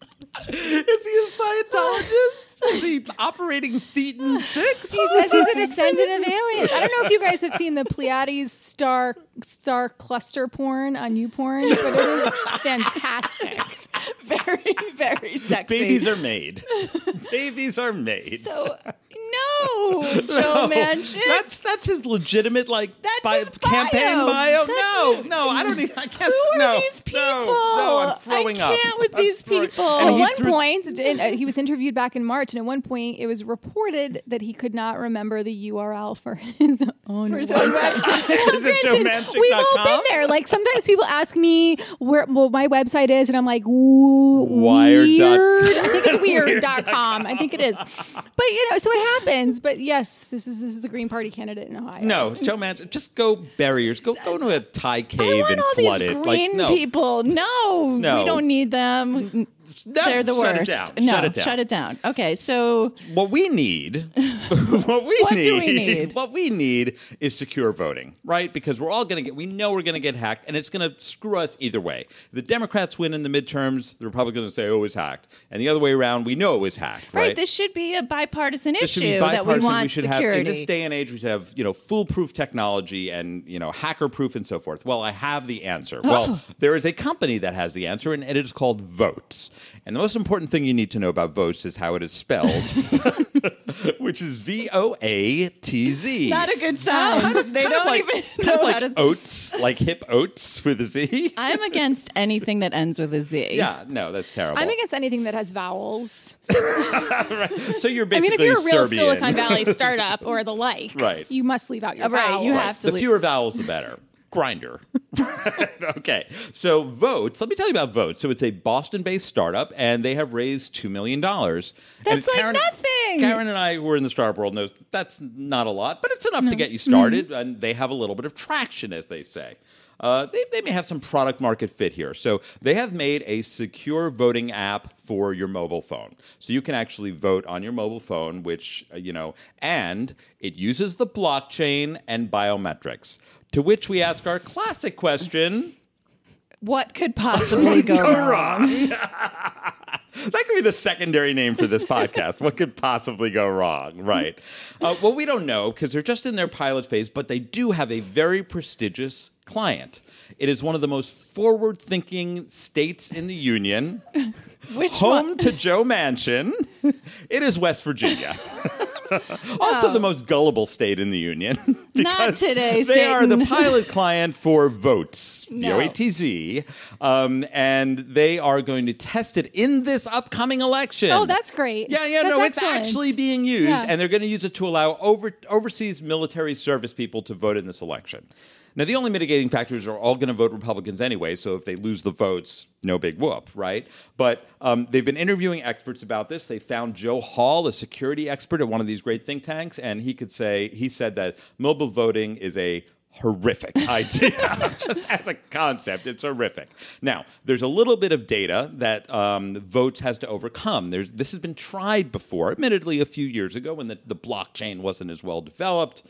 Speaker 1: Is he a Scientologist? is he operating Thetan 6?
Speaker 4: He says he's a descendant of aliens. I don't know if you guys have seen the Pleiades star star cluster porn on YouPorn, but it is fantastic.
Speaker 2: Very, very sexy.
Speaker 1: Babies are made. Babies are made.
Speaker 2: so no, Joe Manchin.
Speaker 1: That's that's his legitimate like
Speaker 2: That's
Speaker 1: bi-
Speaker 2: his bio.
Speaker 1: campaign bio.
Speaker 2: That's
Speaker 1: no,
Speaker 2: it.
Speaker 1: no, I don't. Even, I can't.
Speaker 2: Who are
Speaker 1: no,
Speaker 2: these people?
Speaker 1: No, no, I'm throwing
Speaker 2: I
Speaker 1: up.
Speaker 2: can't with
Speaker 1: I'm
Speaker 2: these
Speaker 1: throwing-
Speaker 2: people.
Speaker 1: And
Speaker 4: At
Speaker 1: he
Speaker 4: one
Speaker 1: threw-
Speaker 4: point, and, uh, he was interviewed back in March, and at one point, it was reported that he could not remember the URL for his own.
Speaker 2: For his own
Speaker 4: website.
Speaker 1: Is it
Speaker 4: Granted, we've all been
Speaker 1: joemanchin.com?
Speaker 4: there. Like sometimes people ask me where well, my website is, and I'm like, "Ooh,
Speaker 1: Wired dot-
Speaker 4: weird. I think it's weird.com. I think it is. But you know, so it happens. But yes, this is this is the Green Party candidate in Ohio.
Speaker 1: No, Joe Manchin, just go barriers. Go go into a Thai
Speaker 2: I
Speaker 1: cave
Speaker 2: want
Speaker 1: and
Speaker 2: all
Speaker 1: flood
Speaker 2: these
Speaker 1: it.
Speaker 2: green
Speaker 1: like no,
Speaker 2: people. No,
Speaker 1: No.
Speaker 2: we don't need them.
Speaker 1: no,
Speaker 2: They're the
Speaker 1: shut
Speaker 2: worst.
Speaker 1: It down.
Speaker 2: No,
Speaker 1: shut it down.
Speaker 2: down. Okay, so
Speaker 1: What we need, what we
Speaker 2: What
Speaker 1: need,
Speaker 2: do we need?
Speaker 1: what we need is secure voting, right? Because we're all going to get, we know we're going to get hacked, and it's going to screw us either way. The Democrats win in the midterms, the Republicans will say, "Oh, it was hacked," and the other way around, we know it was hacked,
Speaker 2: right,
Speaker 1: right?
Speaker 2: this should be a bipartisan
Speaker 1: This
Speaker 2: issue
Speaker 1: should be
Speaker 2: that we
Speaker 1: bipartisan.
Speaker 2: want
Speaker 1: should
Speaker 2: security.
Speaker 1: have in this day and age. We should have you know foolproof technology and you know hacker proof and so forth. Well, I have the answer.
Speaker 2: Oh.
Speaker 1: Well, there is a company that has the answer, and it is called Votes. And the most important thing you need to know about Votes is how it is spelled, which is V O A T Z.
Speaker 2: Not a good sound. they
Speaker 1: Kind of
Speaker 2: don't
Speaker 1: like-
Speaker 2: even
Speaker 1: kind
Speaker 2: know
Speaker 1: of
Speaker 2: how
Speaker 1: like
Speaker 2: to.
Speaker 1: oats, like hip oats with a Z.
Speaker 2: I'm against anything that ends with a Z.
Speaker 1: yeah, no, that's terrible.
Speaker 4: I'm against anything that has vowels.
Speaker 1: so you're
Speaker 4: I mean, if
Speaker 1: basically
Speaker 4: you're a real
Speaker 1: Serbian.
Speaker 4: Silicon Valley startup or the like,
Speaker 1: Right.
Speaker 4: you must leave out your
Speaker 2: Right,
Speaker 4: vowels.
Speaker 2: you have to
Speaker 1: the
Speaker 2: leave-
Speaker 1: fewer vowels, the better. Grinder. okay. So, Votes, let me tell you about Votes. So, it's a Boston based startup, and they have raised $2 million. That's
Speaker 2: That's like nothing.
Speaker 1: Karen and I, who are in the startup world, knows that's not a lot, but it's enough to get you started,
Speaker 2: Mm-hmm.
Speaker 1: and they have a little bit of traction, as they say. Uh, they, they may have some product market fit here. So, they have made a secure voting app for your mobile phone. So, you can actually vote on your mobile phone, which, uh, you know, and it uses the blockchain and biometrics. To which we ask our classic question
Speaker 2: What could possibly go wrong?
Speaker 1: That could be the secondary name for this podcast. what could possibly go wrong? Right. Uh, well, we don't know because they're just in their pilot phase, but they do have a very prestigious client. It is one of the most forward thinking states in the union,
Speaker 2: Which
Speaker 1: home
Speaker 2: one?
Speaker 1: to Joe Manchin. It is West Virginia. also, the most gullible state in the union.
Speaker 2: Oh. Not
Speaker 1: because
Speaker 2: today,
Speaker 1: They are the
Speaker 2: Satan.
Speaker 1: pilot client for Votes,
Speaker 2: No.
Speaker 1: V-O-A-T-Z, um, and they are going to test it in this upcoming election.
Speaker 4: Oh, that's great.
Speaker 1: Yeah, yeah,
Speaker 4: That's
Speaker 1: no,
Speaker 4: excellent.
Speaker 1: it's actually being used,
Speaker 4: Yeah.
Speaker 1: and they're going to use it to allow over, overseas military service people to vote in this election. Now, the only mitigating factors are all going to vote Republicans anyway, so if they lose the votes, no big whoop, right? But um, they've been interviewing experts about this. They found Joe Hall, a security expert at one of these great think tanks, and he could say he said that mobile voting is a horrific idea. Just as a concept, it's horrific. Now, there's a little bit of data that um, votes has to overcome. There's this has been tried before, admittedly, a few years ago when the, the blockchain wasn't as well developed.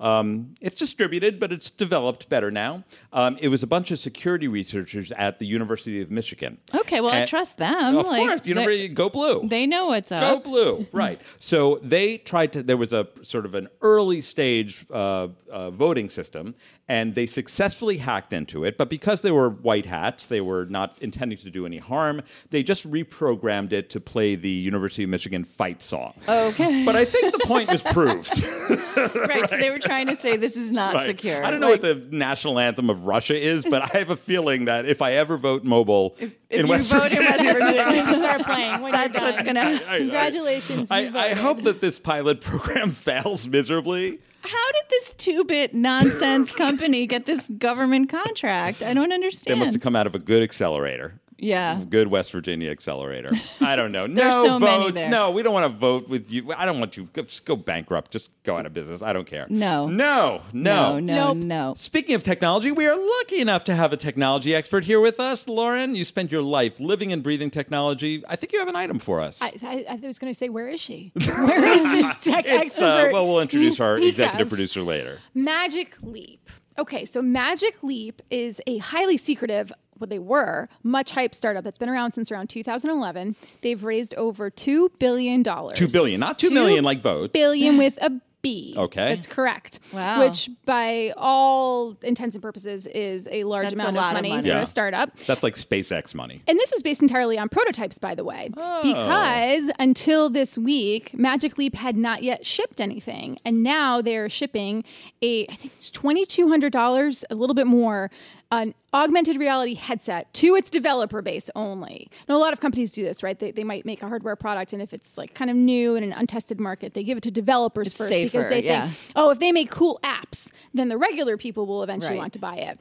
Speaker 1: Um, it's distributed, but it's developed better now. Um, it was a bunch of security researchers at the University of Michigan.
Speaker 2: Okay, well, I
Speaker 1: And-
Speaker 2: trust them.
Speaker 1: Of
Speaker 2: Like,
Speaker 1: course,
Speaker 2: they're-
Speaker 1: University, go blue.
Speaker 2: They know what's up.
Speaker 1: Go blue, right? So they tried to. There was a sort of an early stage uh, uh, voting system, and they successfully hacked into it. But because they were white hats, they were not intending to do any harm. They just reprogrammed it to play the University of Michigan fight song.
Speaker 2: Okay.
Speaker 1: But I think the point was proved.
Speaker 2: right. So they were trying to say this is not
Speaker 1: Right.
Speaker 2: secure.
Speaker 1: I don't know
Speaker 2: Like,
Speaker 1: what the national anthem of Russia is, but I have a feeling that if I ever vote mobile
Speaker 2: if
Speaker 1: in
Speaker 2: you
Speaker 1: West
Speaker 2: vote in
Speaker 1: Virginia,
Speaker 2: West Virginia,
Speaker 4: It's going to start playing. When
Speaker 2: that's
Speaker 4: you're
Speaker 2: what's
Speaker 4: done.
Speaker 2: gonna.
Speaker 1: I- I-
Speaker 4: Congratulations. you
Speaker 1: I, I
Speaker 4: voted.
Speaker 1: hope that this pilot program fails miserably.
Speaker 2: How did this two-bit nonsense company get this government contract? I don't
Speaker 1: They
Speaker 2: understand.
Speaker 1: must have come out of a good accelerator.
Speaker 2: yeah.
Speaker 1: Good West Virginia accelerator. I don't know. no
Speaker 2: so many
Speaker 1: votes.
Speaker 2: there.
Speaker 1: No, we don't want to vote with you. I don't want you. Go, just go bankrupt. Just go out of business. I don't care.
Speaker 2: No.
Speaker 1: No. No.
Speaker 2: No. No.
Speaker 4: Nope.
Speaker 2: No.
Speaker 1: Speaking of technology, we are lucky enough to have a technology expert here with us. Lauren, you spend your life living and breathing technology. I think you have an item for us.
Speaker 4: I, I, I was going to say, where is she? Where is this tech
Speaker 1: it's, uh,
Speaker 4: expert?
Speaker 1: well, we'll introduce
Speaker 4: you
Speaker 1: our
Speaker 4: speak
Speaker 1: executive
Speaker 4: of?
Speaker 1: producer later.
Speaker 4: Magic Leap. Okay, so Magic Leap is a highly secretive, what they were, much hype startup that's been around since around 2011. They've raised over $2 billion.
Speaker 1: Two billion, not two
Speaker 4: Two
Speaker 1: million like votes.
Speaker 4: billion with a B.
Speaker 1: Okay.
Speaker 4: That's correct.
Speaker 2: Wow.
Speaker 4: Which, by all intents and purposes, is a large
Speaker 2: That's a
Speaker 4: amount
Speaker 2: lot
Speaker 4: of
Speaker 2: of
Speaker 4: money,
Speaker 2: money.
Speaker 4: for
Speaker 1: Yeah.
Speaker 4: a startup.
Speaker 1: That's like SpaceX money.
Speaker 4: And this was based entirely on prototypes, by the way,
Speaker 2: Oh.
Speaker 4: because until this week, Magic Leap had not yet shipped anything, and now they are shipping a I think it's twenty two hundred dollars, a little bit more, an augmented reality headset to its developer base only. Now, a lot of companies do this, right? They, they might make a hardware product, and if it's like kind of new in an untested market, they give it to developers first
Speaker 2: safer,
Speaker 4: because they
Speaker 2: yeah.
Speaker 4: think, oh, if they make cool apps, then the regular people will eventually
Speaker 2: Right.
Speaker 4: want to buy it.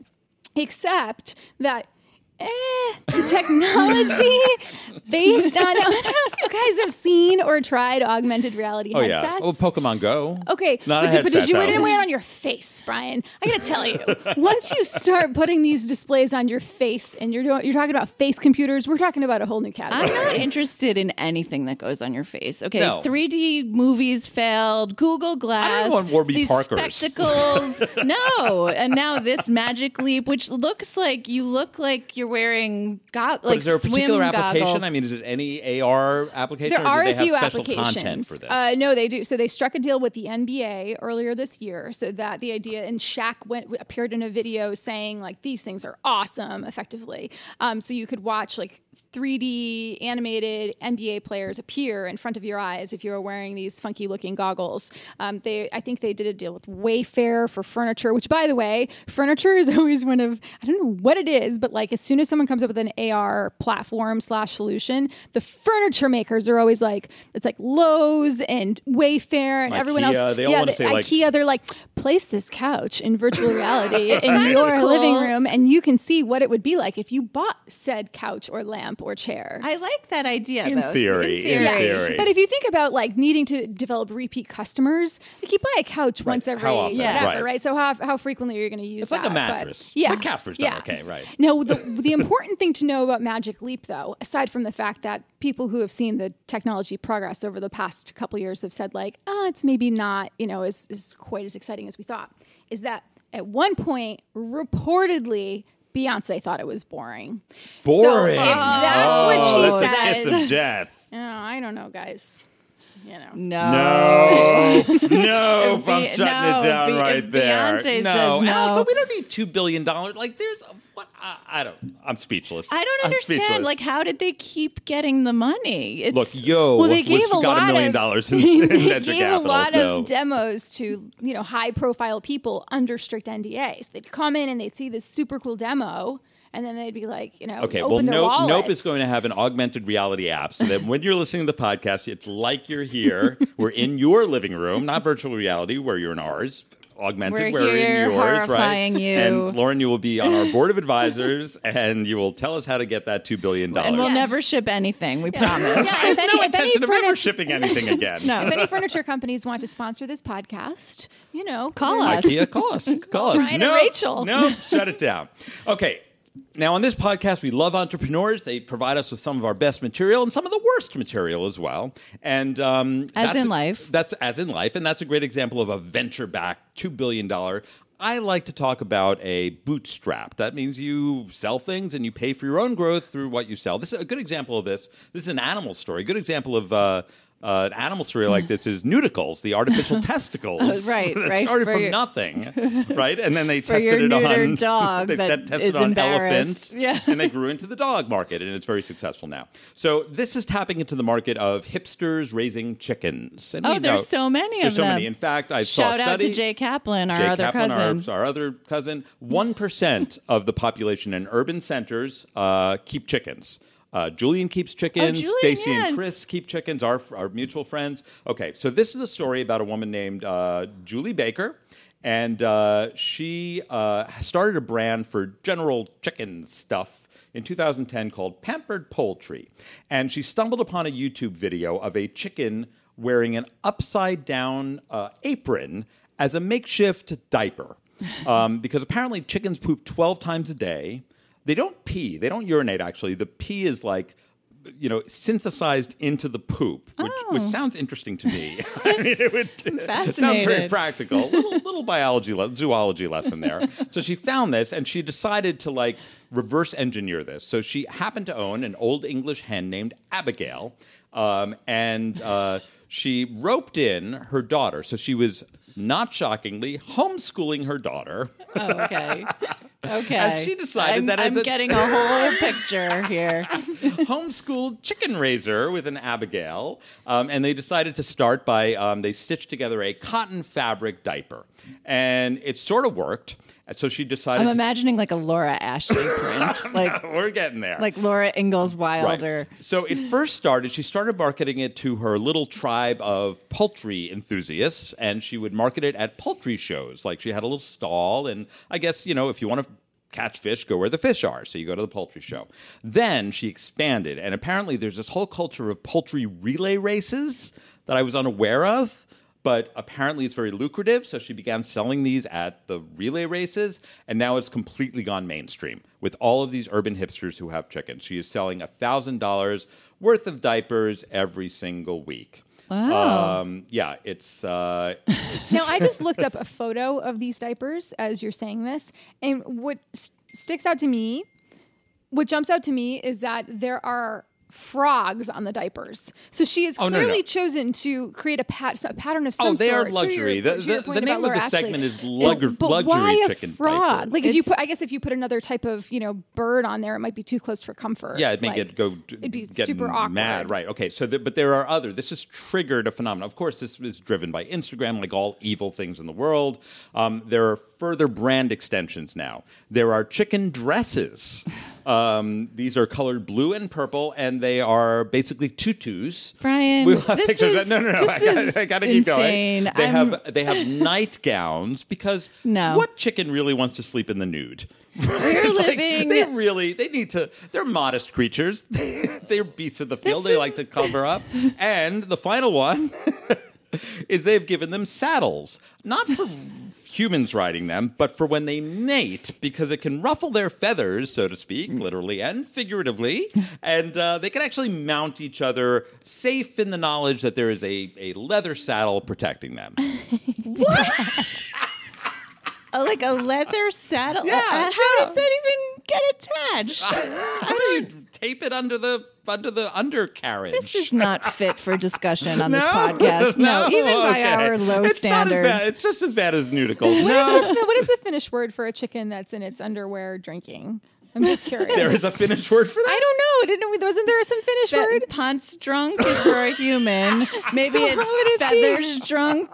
Speaker 4: Except that eh, the technology based on I don't know if you guys have seen or tried augmented reality
Speaker 1: Oh yeah.
Speaker 4: headsets.
Speaker 1: Oh, Pokemon Go.
Speaker 4: Okay,
Speaker 1: Not
Speaker 4: but,
Speaker 1: a
Speaker 4: did- but
Speaker 1: headset,
Speaker 4: did you
Speaker 1: though.
Speaker 4: didn't wear it on your face, Brian? I gotta tell you, once you start putting these displays on your face, and you're doing, you're talking about face computers, we're talking about a whole new category.
Speaker 2: I'm not interested in anything that goes on your face. Okay,
Speaker 1: No.
Speaker 2: 3D movies failed. Google Glass.
Speaker 1: want Warby
Speaker 2: these
Speaker 1: Parkers.
Speaker 2: Spectacles. no, and now this Magic Leap, which looks like you look like you're wearing go- like
Speaker 1: But is there a particular
Speaker 2: swim
Speaker 1: application?
Speaker 2: goggles.
Speaker 1: I mean, is it any AR application?
Speaker 4: There
Speaker 1: or
Speaker 4: are
Speaker 1: do
Speaker 4: a
Speaker 1: they
Speaker 4: few
Speaker 1: have special content
Speaker 4: applications.
Speaker 1: for this?
Speaker 4: Uh, no, they do. So they struck a deal with the NBA earlier this year, so that the idea and Shaq went appeared in a video saying like these things are awesome, effectively. Um, so you could watch like 3D animated NBA players appear in front of your eyes if you were wearing these funky looking goggles. Um, they, I think they did a deal with Wayfair for furniture, which by the way, furniture is always one of I don't know what it is, but like as soon as someone comes up with an AR platform slash solution, the furniture makers are always like it's like Lowe's and Wayfair and everyone
Speaker 1: IKEA,
Speaker 4: else.
Speaker 1: they all
Speaker 4: yeah,
Speaker 1: wanna
Speaker 4: the-
Speaker 1: say, like-
Speaker 4: IKEA. They're like place this couch in virtual reality in
Speaker 2: kind of
Speaker 4: your
Speaker 2: cool.
Speaker 4: living room, and you can see what it would be like if you bought said couch or lamp or chair.
Speaker 2: I like that idea.
Speaker 1: In
Speaker 2: though.
Speaker 1: theory, in
Speaker 2: theory.
Speaker 1: theory.
Speaker 4: But if you think about like needing to develop repeat customers, like you buy a couch once every
Speaker 1: How often?
Speaker 4: whatever,
Speaker 1: Right.
Speaker 4: right. So how, how frequently are you going to use
Speaker 1: It's like a
Speaker 4: that? But-
Speaker 1: mattress.
Speaker 4: yeah.
Speaker 1: But Casper's done
Speaker 4: yeah.
Speaker 1: okay, right.
Speaker 4: No, the, the important thing to know about Magic Leap, though, aside from the fact that people who have seen the technology progress over the past couple years have said, like, ah, it's maybe not, you know, as, as quite as exciting as we thought, is that at one point, reportedly, Beyonce thought it was boring.
Speaker 1: Boring.
Speaker 4: So if uh, that's what she
Speaker 1: oh,
Speaker 4: said.
Speaker 1: That's a kiss of death.
Speaker 4: Oh, I don't know, guys. You know.
Speaker 2: No.
Speaker 1: No, no, I'm
Speaker 2: Be-
Speaker 1: shutting
Speaker 2: no,
Speaker 1: it down
Speaker 2: be-
Speaker 1: right
Speaker 2: if
Speaker 1: there.
Speaker 2: Beyonce says
Speaker 1: no, and
Speaker 2: no.
Speaker 1: also we don't need two billion dollars. Like, there's a- what I, I don't. I'm speechless.
Speaker 2: I don't
Speaker 1: I'm
Speaker 2: understand.
Speaker 1: speechless.
Speaker 2: Like, how did they keep getting the money? It's,
Speaker 1: look, yo,
Speaker 4: Well, they
Speaker 1: was-
Speaker 4: gave a
Speaker 1: got a
Speaker 4: lot
Speaker 1: million
Speaker 4: of-
Speaker 1: dollars in, in
Speaker 4: they
Speaker 1: venture
Speaker 4: gave
Speaker 1: capital.
Speaker 4: a lot
Speaker 1: so.
Speaker 4: of demos to you know high profile people under strict NDAs. They'd come in and they'd see this super cool demo, and then they'd be like, you know,
Speaker 1: Okay,
Speaker 4: open
Speaker 1: well,
Speaker 4: their
Speaker 1: nope,
Speaker 4: wallets.
Speaker 1: nope is going to have an augmented reality app so that when you're listening to the podcast, it's like you're here. we're in your living room, not virtual reality where you're in ours. Augmented,
Speaker 2: We're
Speaker 1: we're,
Speaker 2: here
Speaker 1: in yours,
Speaker 2: horrifying
Speaker 1: right?
Speaker 2: you.
Speaker 1: And Lauren, you will be on our board of advisors, and you will tell us how to get that two billion
Speaker 2: and we'll
Speaker 1: dollars.
Speaker 2: never ship anything. We promise.
Speaker 4: Yeah, if any, if any
Speaker 1: Attention of ever
Speaker 4: furniture,
Speaker 1: shipping anything again.
Speaker 4: if any furniture companies want to sponsor this podcast, you know,
Speaker 2: Call
Speaker 4: they're
Speaker 2: us.
Speaker 4: not-
Speaker 1: IKEA, call us. Call us.
Speaker 4: Brian and
Speaker 1: no,
Speaker 4: Rachel.
Speaker 1: No, shut it down. Okay. Now, on this podcast, we love entrepreneurs. They provide us with some of our best material and some of the worst material as well. And um,
Speaker 2: As
Speaker 1: that's-
Speaker 2: in life.
Speaker 1: that's as in life, and that's a great example of a venture-backed two billion dollar. I like to talk about a bootstrap. That means you sell things and you pay for your own growth through what you sell. This is a good example of this. This is an animal story. A good example of uh, uh, an animal cereal like this is nudicles, the artificial testicles.
Speaker 2: Oh, right,
Speaker 1: that
Speaker 2: right,
Speaker 1: Started
Speaker 2: for
Speaker 1: from
Speaker 2: your-
Speaker 1: nothing, right? And then they
Speaker 2: For your
Speaker 1: tested it on
Speaker 2: neutered dog
Speaker 1: they
Speaker 2: that
Speaker 1: tested
Speaker 2: is
Speaker 1: on elephants,
Speaker 2: embarrassed. Yeah.
Speaker 1: and they grew into the dog market, and it's very successful now. So this is tapping into the market of hipsters raising chickens. And
Speaker 2: Oh,
Speaker 1: we
Speaker 2: there's
Speaker 1: know-
Speaker 2: so many
Speaker 1: There's
Speaker 2: of
Speaker 1: so
Speaker 2: them.
Speaker 1: many. In fact, I saw a
Speaker 2: Shout out
Speaker 1: study.
Speaker 2: to Jay Kaplan, our
Speaker 1: Jay
Speaker 2: other
Speaker 1: Kaplan, our-
Speaker 2: cousin.
Speaker 1: Our, other cousin. One percent of the population in urban centers uh, keep chickens. Uh, Julian keeps chickens.
Speaker 2: Julian,
Speaker 1: Stacy
Speaker 2: yeah.
Speaker 1: and Chris keep chickens. Our our mutual friends. Okay, so this is a story about a woman named uh, Julie Baker. And uh, she uh, started a brand for general chicken stuff in 2010 called Pampered Poultry. And she stumbled upon a YouTube video of a chicken wearing an upside down uh, apron as a makeshift diaper. Um, because apparently chickens poop 12 times a day. They don't pee, they don't urinate actually. The pee is like, you know, synthesized into the poop, which, which sounds interesting to me. I mean, it would it sounds very
Speaker 2: fascinated.
Speaker 1: practical. little, little biology, le- zoology lesson there. So she found this and she decided to like reverse engineer this. So she happened to own an old English hen named Abigail, um, and uh, she roped in her daughter. So she was not shockingly homeschooling her daughter.
Speaker 2: Oh, okay. Okay.
Speaker 1: And she decided
Speaker 2: I'm,
Speaker 1: that
Speaker 2: I'm
Speaker 1: it's a-
Speaker 2: getting a whole picture here.
Speaker 1: homeschooled chicken raiser with an Abigail, um, and they decided to start by um, they stitched together a cotton fabric diaper, and it sort of worked. And So she decided.
Speaker 2: I'm imagining like a Laura Ashley print, like
Speaker 1: to, we're getting there.
Speaker 2: like Laura Ingalls Wilder.
Speaker 1: Right. So it first started, she started marketing it to her little tribe of poultry enthusiasts, and she would market it at poultry shows. Like she had a little stall, and I guess, you know, if you want to catch fish, go where the fish are. So you go to the poultry show. Then she expanded, and apparently there's this whole culture of poultry relay races that I was unaware of. But apparently, it's very lucrative. So she began selling these at the relay races. And now it's completely gone mainstream with all of these urban hipsters who have chickens. She is selling $1,000 worth of diapers every single week.
Speaker 2: Wow.
Speaker 1: Um, yeah, it's. Uh,
Speaker 4: Now, I just looked up a photo of these diapers as you're saying this, and what s- sticks out to me, what jumps out to me, is that there are frogs on the diapers. So she has
Speaker 1: Oh, no, no,
Speaker 4: clearly
Speaker 1: no.
Speaker 4: chosen to create a, pat- a pattern of some
Speaker 1: oh, they
Speaker 4: sort.
Speaker 1: are
Speaker 4: To
Speaker 1: luxury.
Speaker 4: your-
Speaker 1: The,
Speaker 4: to your
Speaker 1: the-
Speaker 4: point
Speaker 1: the
Speaker 4: about
Speaker 1: name of
Speaker 4: Laura
Speaker 1: the
Speaker 4: Ashley.
Speaker 1: segment is
Speaker 4: It's-
Speaker 1: lugger,
Speaker 4: but
Speaker 1: luxury
Speaker 4: why
Speaker 1: chicken
Speaker 4: a frog?
Speaker 1: diaper.
Speaker 4: Like if you
Speaker 2: It's-
Speaker 4: put, I guess if you put another type of you know bird on there, it might be too close for comfort.
Speaker 1: Yeah, it may
Speaker 4: Like,
Speaker 1: get go
Speaker 4: It'd be
Speaker 1: get
Speaker 4: super awkward.
Speaker 1: mad, right? Okay, so the, but there are other. This has triggered a phenomenon. Of course, this is driven by Instagram, like all evil things in the world. Um, there are further brand extensions now. There are chicken dresses. Um, these are colored blue and purple, and they are basically tutus.
Speaker 2: Brian,
Speaker 1: we'll have
Speaker 2: this
Speaker 1: pictures.
Speaker 2: is-
Speaker 1: no, no, no. I
Speaker 2: this
Speaker 1: gotta,
Speaker 2: is
Speaker 1: I gotta keep going.
Speaker 2: insane.
Speaker 1: They
Speaker 2: I'm-
Speaker 1: have they have nightgowns because
Speaker 2: No.
Speaker 1: what chicken really wants to sleep in the nude?
Speaker 2: We're
Speaker 1: Like,
Speaker 2: living.
Speaker 1: They really they need to. They're modest creatures. they're beasts of the field. they like to cover up. And the final one is they've given them saddles, not for humans riding them, but for when they mate, because it can ruffle their feathers, so to speak, literally and figuratively, and uh, they can actually mount each other, safe in the knowledge that there is a, a leather saddle protecting them.
Speaker 2: Oh, like a leather saddle.
Speaker 1: Yeah,
Speaker 2: Uh, how
Speaker 1: yeah.
Speaker 2: does that even get attached?
Speaker 1: How do you tape it under the under the undercarriage?
Speaker 2: This is not fit for discussion on this
Speaker 1: No?
Speaker 2: podcast. No, even by
Speaker 1: Okay.
Speaker 2: our low
Speaker 1: it's Not as
Speaker 2: standards.
Speaker 1: bad. It's just as bad as nudicles.
Speaker 4: What
Speaker 1: no,
Speaker 4: is the, what is the Finnish word for a chicken that's in its underwear drinking? I'm just curious.
Speaker 1: there is a Finnish word for that.
Speaker 4: I don't know. Didn't wasn't there some Finnish
Speaker 2: Fe-
Speaker 4: word?
Speaker 2: Ponce drunk is for a human. Maybe
Speaker 4: So how would
Speaker 2: it's
Speaker 4: it be?
Speaker 2: feathers drunk.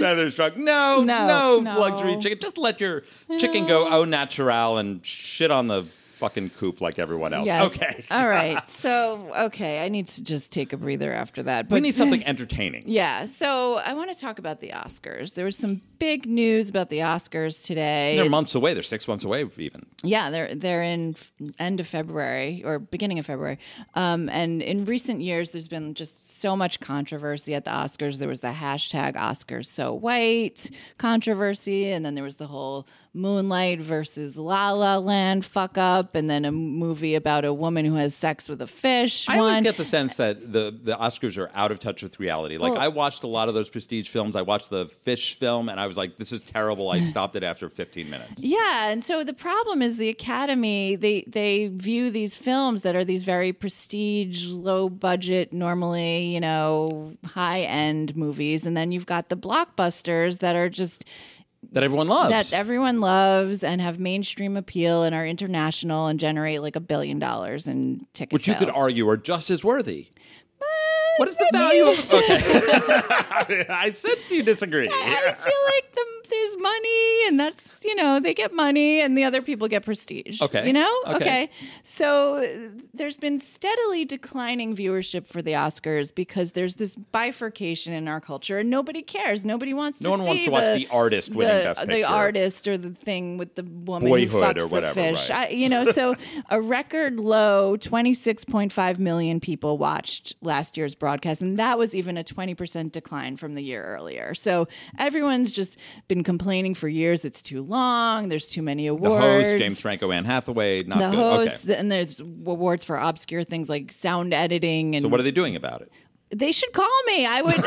Speaker 1: Feathers drunk. No, no,
Speaker 4: No, no.
Speaker 1: luxury chicken. Just let your chicken go au natural and shit on the fucking coop like everyone else.
Speaker 2: Yes.
Speaker 1: Okay.
Speaker 2: All right. So, okay, I need to just take a breather after that.
Speaker 1: we
Speaker 2: But-
Speaker 1: need something entertaining.
Speaker 2: Yeah. So, I want to talk about the Oscars. There was some big news about the Oscars today.
Speaker 1: They're months away. They're six months away, even.
Speaker 2: Yeah, they're they're in f- end of February or beginning of February. Um, and in recent years, there's been just so much controversy at the Oscars. There was the hashtag Oscars so white controversy, and then there was the whole Moonlight versus La La Land fuck up. up, and then a movie about a woman who has sex with a fish.
Speaker 1: I always
Speaker 2: one.
Speaker 1: get the sense that the, the Oscars are out of touch with reality. Like
Speaker 2: Well-
Speaker 1: I watched a lot of those prestige films. I watched the Fish film, and I was like, "This is terrible." I stopped it after 15 minutes.
Speaker 2: Yeah, and so the problem is the Academy. They they view these films that are these very prestige, low budget, normally you know high end movies, and then you've got the blockbusters that are just
Speaker 1: That everyone loves.
Speaker 2: that everyone loves and have mainstream appeal and are international and generate like a billion dollars in ticket
Speaker 1: which you could
Speaker 2: sales.
Speaker 1: argue are just as worthy. What is the value of? Okay, I sense you disagree.
Speaker 2: I feel like the, there's money, and that's you know they get money, and the other people get prestige.
Speaker 1: Okay.
Speaker 2: you know.
Speaker 1: Okay.
Speaker 2: So uh, there's been steadily declining viewership for the Oscars because there's this bifurcation in our culture, and nobody cares. Nobody wants.
Speaker 1: No
Speaker 2: to
Speaker 1: one wants
Speaker 2: see
Speaker 1: to watch
Speaker 2: the,
Speaker 1: the artist winning
Speaker 2: the-
Speaker 1: Best
Speaker 2: The
Speaker 1: Picture.
Speaker 2: artist or the thing with the woman who
Speaker 1: Boyhood
Speaker 2: fucks
Speaker 1: or whatever,
Speaker 2: the fish.
Speaker 1: right.
Speaker 2: I, Uh, you know, so a record low 26.5 million people watched last year's broadcast, and that was even a 20% decline from the year earlier. So everyone's just been complaining for years it's too long, there's too many
Speaker 1: The
Speaker 2: awards.
Speaker 1: host, James Franco, Anne Hathaway, not
Speaker 2: the
Speaker 1: good.
Speaker 2: host,
Speaker 1: okay.
Speaker 2: and there's awards for obscure things like sound editing and
Speaker 1: So what are they doing about it?
Speaker 2: they should call me. I would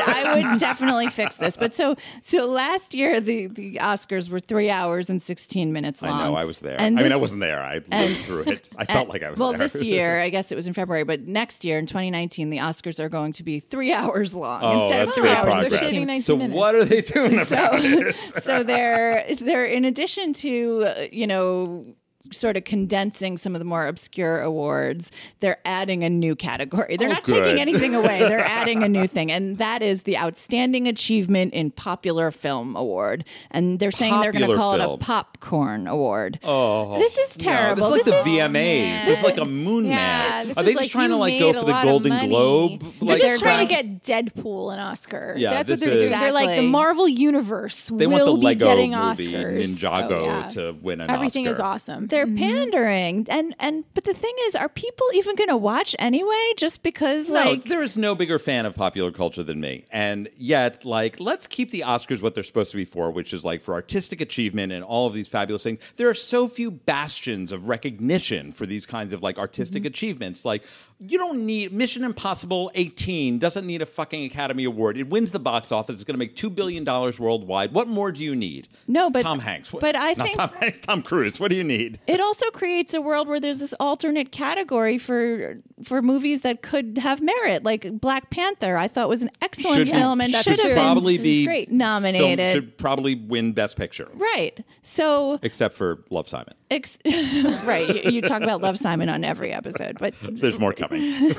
Speaker 2: I would definitely fix this. But so so last year the the Oscars were three hours and sixteen minutes long.
Speaker 1: I know I was there.
Speaker 2: And
Speaker 1: I mean, I
Speaker 2: this-
Speaker 1: wasn't there. I lived
Speaker 2: and-
Speaker 1: through it. I felt like I was
Speaker 2: well,
Speaker 1: there.
Speaker 2: this year, I guess it was in February, but next year in 2019, the Oscars are going to be three hours long
Speaker 1: oh, that's
Speaker 2: instead of three
Speaker 1: great
Speaker 2: hours.
Speaker 4: They're
Speaker 1: progress.
Speaker 4: shaving 19
Speaker 1: so
Speaker 4: minutes.
Speaker 1: what are they doing about it?
Speaker 2: so, so they're they're in addition to uh, you know sort of condensing some of the more obscure awards they're adding a new category they're
Speaker 1: Oh,
Speaker 2: not
Speaker 1: good.
Speaker 2: taking anything away they're adding a new thing and that is the outstanding achievement in popular film award and they're saying they're going
Speaker 1: Popular
Speaker 2: to call
Speaker 1: film.
Speaker 2: it a popcorn award
Speaker 1: Oh,
Speaker 2: this is terrible
Speaker 1: No, this is like
Speaker 2: This
Speaker 1: the
Speaker 2: is-
Speaker 1: VMAs. This is like a moon
Speaker 4: Yeah,
Speaker 1: man.
Speaker 4: this
Speaker 1: Are
Speaker 4: is
Speaker 1: they just
Speaker 4: like,
Speaker 1: trying to
Speaker 4: you
Speaker 1: like go
Speaker 4: made
Speaker 1: for
Speaker 4: a
Speaker 1: the
Speaker 4: lot of
Speaker 1: Golden
Speaker 4: money.
Speaker 1: Globe?
Speaker 4: They're
Speaker 1: like,
Speaker 4: just trying
Speaker 1: back-
Speaker 4: to get Deadpool an Oscar.
Speaker 1: Yeah,
Speaker 4: that's
Speaker 1: this
Speaker 4: what they're
Speaker 1: is-
Speaker 4: doing. They're like the
Speaker 2: Exactly.
Speaker 4: Marvel universe
Speaker 1: They want
Speaker 4: will
Speaker 1: the
Speaker 4: be
Speaker 1: Lego
Speaker 4: getting
Speaker 1: movie
Speaker 4: Oscars.
Speaker 1: Ninjago
Speaker 4: Oh, yeah.
Speaker 1: to win an
Speaker 4: Everything is
Speaker 1: Oscar.
Speaker 4: awesome.
Speaker 2: They're
Speaker 1: Mm-hmm.
Speaker 2: pandering, and and but the thing is, are people even going to watch anyway? Just because, like,
Speaker 1: no, there is no bigger fan of popular culture than me. And yet, like, let's keep the Oscars what they're supposed to be for, which is like for artistic achievement and all of these fabulous things. There are so few bastions of recognition for these kinds of like artistic
Speaker 2: Mm-hmm.
Speaker 1: achievements. Like, you don't need Mission Impossible 18 doesn't need a fucking Academy Award. It wins the box office. It's going to make $2 billion worldwide. What more do you need?
Speaker 2: No, but-
Speaker 1: Tom Hanks. What-
Speaker 2: but I
Speaker 1: not
Speaker 2: think-
Speaker 1: Tom, Hanks, Tom Cruise. What do you need?
Speaker 2: it also creates a world where there's this alternate category for for movies that could have merit, like Black Panther. I thought was an excellent
Speaker 1: Should
Speaker 2: film
Speaker 1: be-
Speaker 2: and
Speaker 1: should
Speaker 2: should have been
Speaker 1: probably
Speaker 4: It's
Speaker 1: be
Speaker 4: great.
Speaker 2: nominated.
Speaker 1: film- should probably win Best Picture.
Speaker 2: right. So
Speaker 1: Except for Love Simon.
Speaker 2: ex- right, you, you talk about Love Simon on every episode, but
Speaker 1: There's more coming.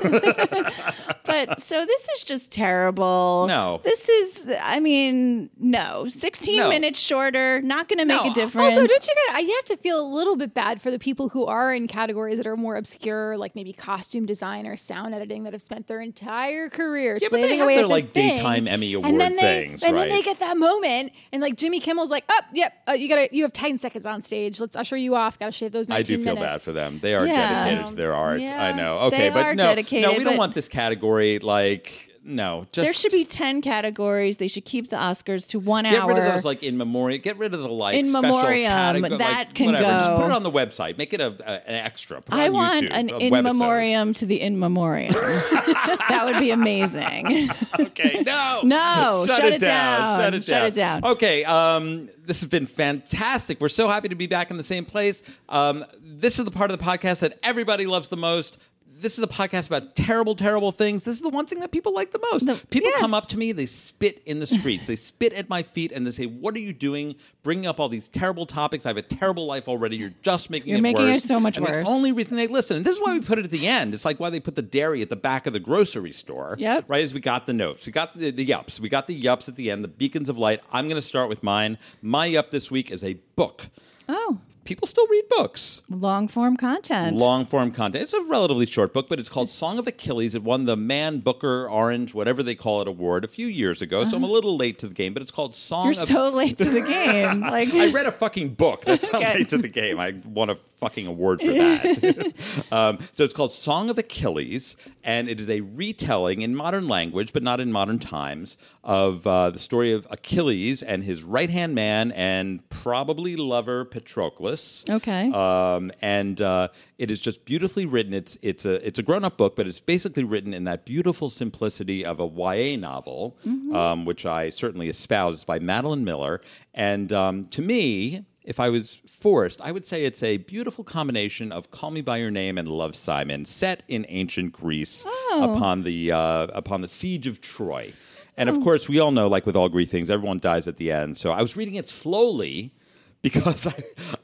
Speaker 2: but so this is just terrible.
Speaker 1: No.
Speaker 2: this is. I mean, no. Sixteen
Speaker 1: No.
Speaker 2: minutes shorter. Not going to make
Speaker 1: No.
Speaker 2: a difference.
Speaker 4: Also, don't you gotta, you have to feel a little bit bad for the people who are in categories that are more obscure, like maybe costume design or sound editing, that have spent their entire career
Speaker 1: Yeah, but they
Speaker 4: slaving
Speaker 1: have
Speaker 4: away
Speaker 1: their,
Speaker 4: at
Speaker 1: like,
Speaker 4: this thing,
Speaker 1: daytime Emmy
Speaker 4: and
Speaker 1: Award
Speaker 4: then they,
Speaker 1: things,
Speaker 4: and
Speaker 1: right?
Speaker 4: then they get that moment, and like Jimmy Kimmel's like, "Up, yep, uh, you gotta, you have ten seconds on stage. Let's usher you off. Gotta shave those."
Speaker 1: I
Speaker 4: 19
Speaker 1: do feel
Speaker 4: minutes."
Speaker 1: bad for them. They are
Speaker 2: Yeah.
Speaker 1: dedicated to their art.
Speaker 4: Yeah.
Speaker 1: I know. Okay,
Speaker 2: They
Speaker 1: but
Speaker 2: are
Speaker 1: no,
Speaker 2: dedicated,
Speaker 1: no, we don't
Speaker 2: but-
Speaker 1: want this category. Like, no, just
Speaker 2: There should be ten categories. They should keep the Oscars to one
Speaker 1: Get
Speaker 2: hour.
Speaker 1: rid of those like in memoriam. Get rid of the like
Speaker 2: In
Speaker 1: special
Speaker 2: memoriam,
Speaker 1: category- like,
Speaker 2: that can
Speaker 1: whatever. Just
Speaker 2: go.
Speaker 1: put it on the website. Make it a, a- an extra. Put it
Speaker 2: I
Speaker 1: on
Speaker 2: want
Speaker 1: YouTube,
Speaker 2: an
Speaker 1: a
Speaker 2: in
Speaker 1: webisode.
Speaker 2: memoriam to the in memoriam. that would be amazing.
Speaker 1: Okay, no,
Speaker 2: No,
Speaker 1: shut,
Speaker 2: shut
Speaker 1: it
Speaker 2: it
Speaker 1: down.
Speaker 2: down.
Speaker 1: Shut it down.
Speaker 2: Shut it down.
Speaker 1: Okay, um, this has been fantastic. We're so happy to be back in the same place. Um, this is the part of the podcast that everybody loves the most. This is a podcast about terrible, terrible things. This is the one thing that people like the most. people
Speaker 2: yeah.
Speaker 1: come up to me, they spit in the streets, they spit at my feet, and they say, "What are you doing? Bringing up all these terrible topics? I have a terrible life already. You're just making
Speaker 2: You're
Speaker 1: it
Speaker 2: making it
Speaker 1: worse."
Speaker 2: so much
Speaker 1: And the
Speaker 2: worse.
Speaker 1: only reason they listen, and this is
Speaker 2: Mm.
Speaker 1: why we put it at the end. It's like why they put the dairy at the back of the grocery store.
Speaker 2: Yep.
Speaker 1: Right is we got the notes. We got the, the yups. We got the yups at the end, the beacons of light. I'm going to start with mine. My yup this week is a book.
Speaker 2: oh,
Speaker 1: People still read books.
Speaker 2: long form content.
Speaker 1: Long form content. It's a relatively short book, but it's called Song of Achilles. It won the Man Booker Orange, whatever they call it, award a few years ago. So I'm a little late to the game, but it's called Song
Speaker 2: Uh-huh. You're
Speaker 1: of
Speaker 2: so late to the game. Like
Speaker 1: I read a fucking book. That's how
Speaker 2: Okay.
Speaker 1: late to the game. I want to fucking award for that. um, so it's called Song of Achilles, and it is a retelling in modern language, but not in modern times, of uh, the story of Achilles and his right hand man and probably lover Patroclus.
Speaker 2: Okay.
Speaker 1: Um, and uh, it is just beautifully written. It's it's a it's a grown up book, but it's basically written in that beautiful simplicity of a YA novel,
Speaker 2: Mm-hmm.
Speaker 1: um, which I certainly espouse by Madeline Miller. And um, to me, if I was forced, I would say it's a beautiful combination of Call Me by Your Name and Love Simon, set in ancient Greece
Speaker 2: Oh.
Speaker 1: upon the uh, upon the siege of Troy. And
Speaker 2: Oh.
Speaker 1: of course, we all know, like with all Greek things, everyone dies at the end. So I was reading it slowly because I,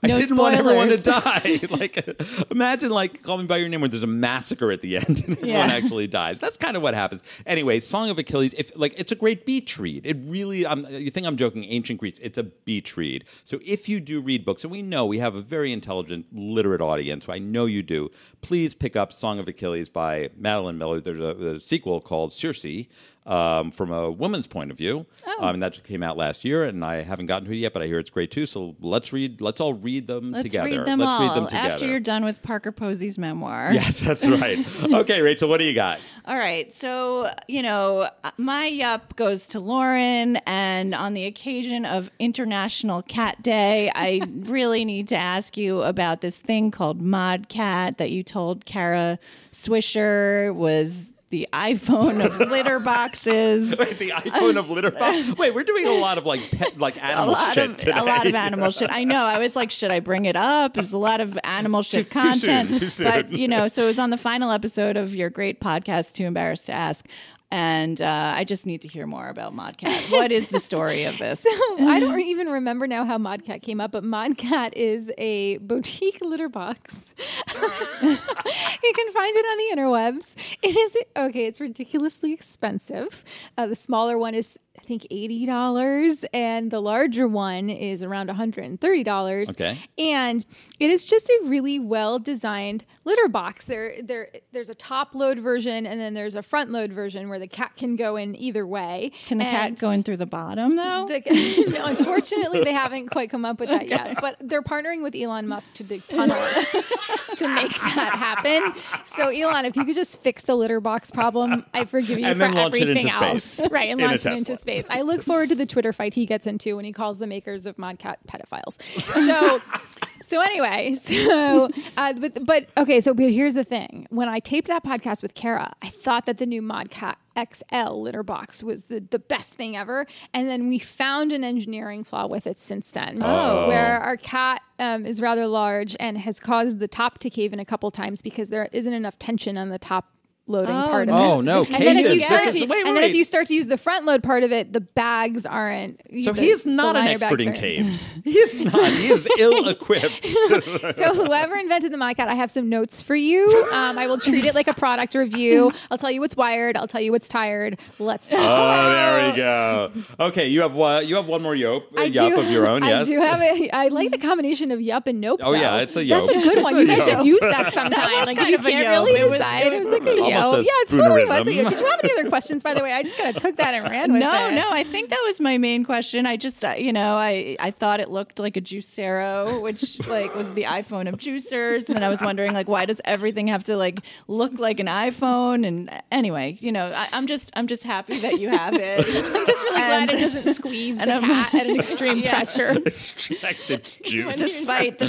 Speaker 1: I
Speaker 2: No
Speaker 1: didn't want everyone to
Speaker 2: spoilers.
Speaker 1: die. like, imagine like Call Me by Your Name, where there's a massacre at the end and
Speaker 2: Yeah.
Speaker 1: everyone actually dies. That's kind of what happens. Anyway, Song of Achilles. If like, it's a great beach read. It really. I'm, you think I'm joking? Ancient Greece. It's a beach read. So if you do read books, and we know we have a very intelligent, literate audience, so I know you do. Please pick up Song of Achilles by Madeline Miller. There's a, a sequel called Circe. Um, from a woman's point of view, um, and that just came out last year, and I haven't gotten to it yet, but I hear it's great too. So let's read, let's all read them
Speaker 2: Let's
Speaker 1: together.
Speaker 2: read them
Speaker 1: let's
Speaker 2: all
Speaker 1: read them together.
Speaker 2: after you're done with Parker Posey's memoir.
Speaker 1: Yes, that's right. okay, Rachel, what do you got?
Speaker 2: All right. So, you know, my yup goes to Lauren. And on the occasion of International Cat Day, I really need to ask you about this thing called Mod Cat that you told Kara Swisher was the iPhone of litter boxes.
Speaker 1: Wait, the iPhone of litter box. Wait, we're doing a lot of like pet, like
Speaker 2: A
Speaker 1: animal
Speaker 2: lot
Speaker 1: shit
Speaker 2: of
Speaker 1: today.
Speaker 2: a lot of animal shit. I know. I was like, should I bring it up? It's a lot of animal shit
Speaker 1: Too- too soon,
Speaker 2: content.
Speaker 1: too soon.
Speaker 2: But you know, so it was on the final episode of your great podcast, Too Embarrassed to Ask. And uh, I just need to hear more about Modcat. What is the story of this?
Speaker 4: I don't even remember now how Modcat came up, but Modcat is a boutique litter box. you can find it on the interwebs. It is okay. It's ridiculously expensive. Uh, the smaller one is, I think, eighty dollars, and the larger one is around one hundred and thirty dollars.
Speaker 1: Okay.
Speaker 4: And it is just a really well designed litter box. There, there, there's a top load version, and then there's a front load version where the cat can go in either way.
Speaker 2: Can the cat
Speaker 4: And-
Speaker 2: go in through the bottom though?
Speaker 4: the- no, unfortunately, they haven't quite come up with that yet. But they're partnering with Elon Musk to dig tunnels to make that happen. So, Elon, if you could just fix the litter box problem, I forgive you
Speaker 1: And
Speaker 4: for
Speaker 1: then launch it
Speaker 4: everything
Speaker 1: into
Speaker 4: else.
Speaker 1: space.
Speaker 4: Right, and
Speaker 1: In a
Speaker 4: launch it
Speaker 1: Tesla.
Speaker 4: into space. I look forward to the Twitter fight he gets into when he calls the makers of Modcat pedophiles. So. So anyway, so uh, but but okay, so but here's the thing: when I taped that podcast with Kara, I thought that the new Modcat XL litter box was the the best thing ever, and then we found an engineering flaw with it since then,
Speaker 1: Oh.
Speaker 4: where our cat um, is rather large and has caused the top to cave in a couple times because there isn't enough tension on the top loading
Speaker 2: Oh,
Speaker 4: part of it.
Speaker 1: Oh no,
Speaker 4: And then, if
Speaker 1: Cadence,
Speaker 4: you
Speaker 1: this
Speaker 4: start
Speaker 1: is-
Speaker 4: to,
Speaker 1: wait,
Speaker 4: and then if
Speaker 1: wait.
Speaker 4: you start to use the front load part of it, the bags aren't.
Speaker 1: so
Speaker 4: the-
Speaker 1: he is
Speaker 4: the
Speaker 1: not an
Speaker 4: liner
Speaker 1: expert
Speaker 4: bags
Speaker 1: in
Speaker 4: aren't-
Speaker 1: caves. He is not. He is ill-equipped.
Speaker 4: So whoever invented the MyCat, I have some notes for you. Um, I will treat it like a product review. I'll tell you what's wired. I'll tell you what's tired. Let's talk.
Speaker 1: oh, there we go. Okay, you have one. You have one more yop, yop of your own. Yes.
Speaker 4: I do have a. I like the combination of yup and nope.
Speaker 1: Oh, yeah,
Speaker 4: though.
Speaker 1: it's a
Speaker 4: That's a
Speaker 1: yup.
Speaker 4: good one.
Speaker 1: It's
Speaker 4: You
Speaker 1: a
Speaker 4: guys
Speaker 1: yup.
Speaker 4: should use that sometime. Like if
Speaker 2: kind
Speaker 4: you
Speaker 2: of a
Speaker 4: can't
Speaker 2: yup.
Speaker 4: really
Speaker 2: It was-
Speaker 4: decide. It was like
Speaker 1: Almost
Speaker 4: a yup.
Speaker 1: a
Speaker 4: Yeah, it totally was a
Speaker 1: spoonerism.
Speaker 4: yup. Did you have any other questions, by the way? I just kind of took that and ran with
Speaker 2: No,
Speaker 4: it.
Speaker 2: no. I think that was my main question. I just, uh, you know, I I thought it looked like a Juicero, which like was the iPhone of juicers, and then I was wondering like why does everything have to like look like an iPhone? And uh, anyway, you know, I, I'm just I'm just happy that you have it.
Speaker 4: I'm just really
Speaker 2: And-
Speaker 4: glad it doesn't squeeze the
Speaker 2: and I'm-
Speaker 4: cat at an extreme
Speaker 2: Yeah.
Speaker 4: pressure.
Speaker 1: Extract its juice.
Speaker 2: despite the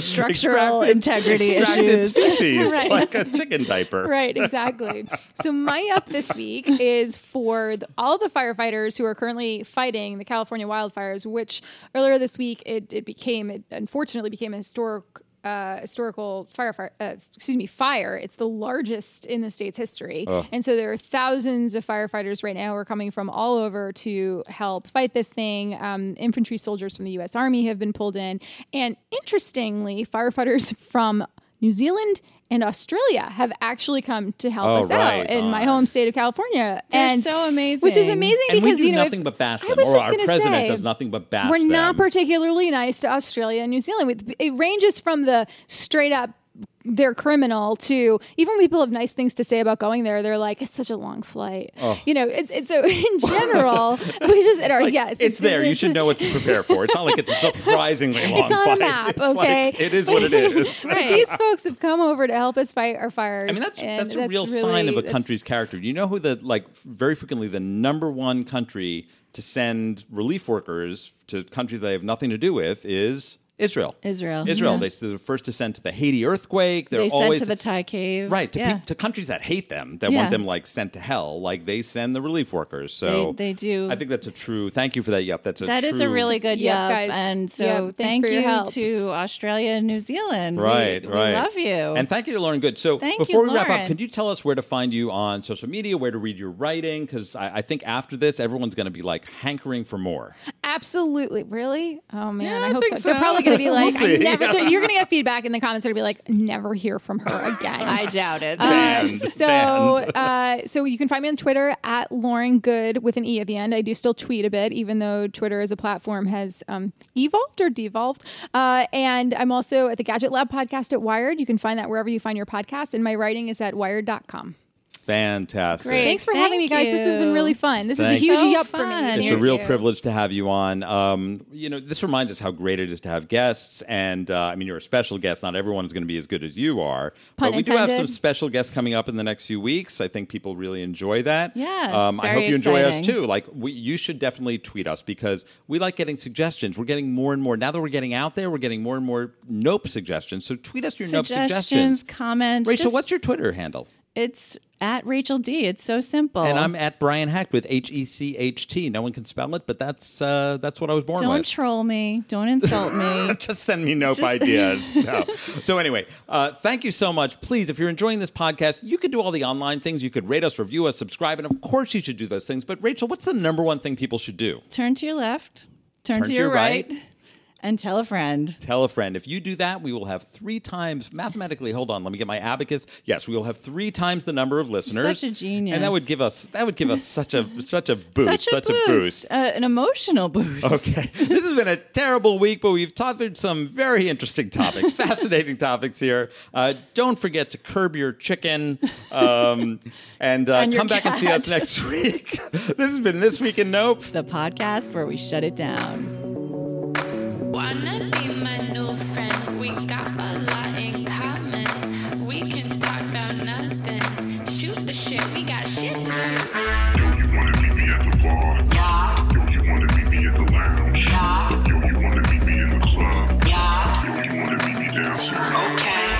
Speaker 1: Extract
Speaker 2: structural
Speaker 1: its-
Speaker 2: integrity
Speaker 1: extract
Speaker 2: issues.
Speaker 1: its feces
Speaker 4: Right.
Speaker 1: like a chicken diaper.
Speaker 4: Right, exactly. so my up this week is for the, all the firefighters who are currently fighting the California wildfires, which earlier this week it, it became, it unfortunately became a historic. Uh, historical fire, uh, excuse me, fire. It's the largest in the state's history, and so there are thousands of firefighters right now who are coming from all over to help fight this thing. Um, infantry soldiers from the U.S. Army have been pulled in, and interestingly, firefighters from New Zealand and Australia have actually come to help
Speaker 1: Oh,
Speaker 4: us
Speaker 1: right
Speaker 4: out in my
Speaker 1: on.
Speaker 4: home state of California.
Speaker 2: They're
Speaker 4: and
Speaker 2: so amazing.
Speaker 4: Which is amazing
Speaker 1: And
Speaker 4: because
Speaker 1: we do
Speaker 4: you know
Speaker 1: nothing
Speaker 4: if-
Speaker 1: but bash
Speaker 4: I
Speaker 1: them,
Speaker 4: was
Speaker 1: or
Speaker 4: just
Speaker 1: our
Speaker 4: gonna
Speaker 1: president
Speaker 4: say,
Speaker 1: does nothing but bash
Speaker 4: We're
Speaker 1: them.
Speaker 4: not particularly nice to Australia and New Zealand. It ranges from the straight up they're criminal too. Even when people have nice things to say about going there, they're like, "It's such a long flight." You know, it's it's so in general, we just in our
Speaker 1: Oh. Like,
Speaker 4: yes,
Speaker 1: it's there. You should know what to prepare for. It's not like it's a surprisingly long
Speaker 4: It's on a
Speaker 1: fight.
Speaker 4: map,
Speaker 1: It's like,
Speaker 4: okay?
Speaker 1: it is what it is.
Speaker 4: But these folks have come over to help us fight our fires.
Speaker 1: I mean, that's
Speaker 4: and
Speaker 1: that's a real sign of
Speaker 4: really-
Speaker 1: a
Speaker 4: that's-
Speaker 1: country's character. You know who the like very frequently the number one country to send relief workers to countries they have nothing to do with is Israel.
Speaker 2: Israel,
Speaker 1: Israel.
Speaker 2: yeah.
Speaker 1: They, they're the first to send to the Haiti earthquake. They're
Speaker 2: They sent
Speaker 1: always
Speaker 2: to the Thai cave.
Speaker 1: Right to,
Speaker 2: yeah.
Speaker 1: peop to countries that hate them, that
Speaker 2: Yeah.
Speaker 1: want them like sent to hell, like they send the relief workers. So
Speaker 2: They- they do.
Speaker 1: I think that's a true. Thank you for that. Yep, that's a.
Speaker 2: That is a
Speaker 1: true-
Speaker 2: really good
Speaker 4: Yep,
Speaker 2: yup.
Speaker 4: guys.
Speaker 2: And so
Speaker 4: Yep, thanks
Speaker 2: thank
Speaker 4: for your
Speaker 2: you
Speaker 4: help.
Speaker 2: to Australia and New Zealand. We-
Speaker 1: Right,
Speaker 2: we,
Speaker 1: right.
Speaker 2: love you.
Speaker 1: And thank you to Lauren Good. So
Speaker 2: Thank you,
Speaker 1: before we wrap up,
Speaker 2: Lauren.
Speaker 1: can you tell us where to find you on social media, where to read your writing? Because I, I think after this, everyone's going to be like hankering for more.
Speaker 4: Absolutely, really. Oh man,
Speaker 1: Yeah, I
Speaker 4: I hope so.
Speaker 1: think so.
Speaker 4: They're probably going to be
Speaker 1: We'll
Speaker 4: like,
Speaker 1: see.
Speaker 4: I never. they're- You're going to get feedback in the comments. They're going to be like, never hear from her again.
Speaker 2: I doubt it.
Speaker 1: Banned.
Speaker 4: Uh, so,
Speaker 1: Banned.
Speaker 4: uh, so you can find me on Twitter at Lauren Good with an e at the end. I do still tweet a bit, even though Twitter as a platform has um, evolved or devolved. Uh, and I'm also at the Gadget Lab podcast at Wired. You can find that wherever you find your podcast. And my writing is at Wired.com.
Speaker 1: Fantastic.
Speaker 2: Great.
Speaker 4: Thanks for
Speaker 2: Thank
Speaker 4: having me, guys. This has been
Speaker 2: you.
Speaker 4: really fun. This
Speaker 1: Thank
Speaker 4: is a huge
Speaker 2: you.
Speaker 4: yup
Speaker 2: So
Speaker 4: for me.
Speaker 2: fun.
Speaker 1: It's a
Speaker 2: Thank
Speaker 1: real
Speaker 4: you.
Speaker 1: privilege to have you on. Um, you know, this reminds us how great it is to have guests, and uh, I mean, you're a special guest. Not everyone is going to be as good as you are,
Speaker 4: Pun
Speaker 1: but we do have some
Speaker 4: intended.
Speaker 1: special guests coming up in the next few weeks. I think people really enjoy that.
Speaker 2: Yeah, it's
Speaker 1: um, I
Speaker 2: very
Speaker 1: hope you enjoy us
Speaker 2: exciting.
Speaker 1: too. Like, we, you should definitely tweet us because we like getting suggestions. We're getting more and more now that we're getting out there. We're getting more and more nope suggestions. So tweet us your nope
Speaker 2: Suggestions,
Speaker 1: suggestions.
Speaker 2: comments.
Speaker 1: Rachel,
Speaker 2: just-
Speaker 1: what's your Twitter handle?
Speaker 2: It's at Rachel D. It's so simple.
Speaker 1: And I'm at Brian Hecht with H E C H T. No one can spell it, but that's uh, that's what I was born
Speaker 2: Don't
Speaker 1: with.
Speaker 2: troll me. Don't insult me.
Speaker 1: just send me nope ideas. No. so anyway, uh, thank you so much. Please, if you're enjoying this podcast, you could do all the online things. You could rate us, review us, subscribe, and of course, you should do those things. But Rachel, what's the number one thing people should do?
Speaker 2: Turn to your left. Turn, to, your, right. And tell a friend.
Speaker 1: Tell a friend. If you do that, we will have three times mathematically. Hold on, let me get my abacus. Yes, we will have three times the number of listeners.
Speaker 2: such a genius.
Speaker 1: and that would give us that would give us such a such a boost,
Speaker 2: Such a boost. Uh, an emotional boost.
Speaker 1: Okay. this has been a terrible week, but we've covered some very interesting topics, fascinating topics here. Uh, don't forget to curb your chicken um, and, uh,
Speaker 2: And your
Speaker 1: come back and see us
Speaker 2: cat.
Speaker 1: next week. this has been This Week in Nope.
Speaker 2: The podcast where we shut it down.
Speaker 5: Wanna be my new friend? We got a lot in common. We can talk about nothing. Shoot the shit, we got shit to shoot.
Speaker 6: Yo, you wanna meet me at the bar? Yeah. Yo, you wanna meet me at the lounge? Yeah. Yo, you wanna meet me in the club? Yeah. Yo, you wanna meet me downtown? Okay.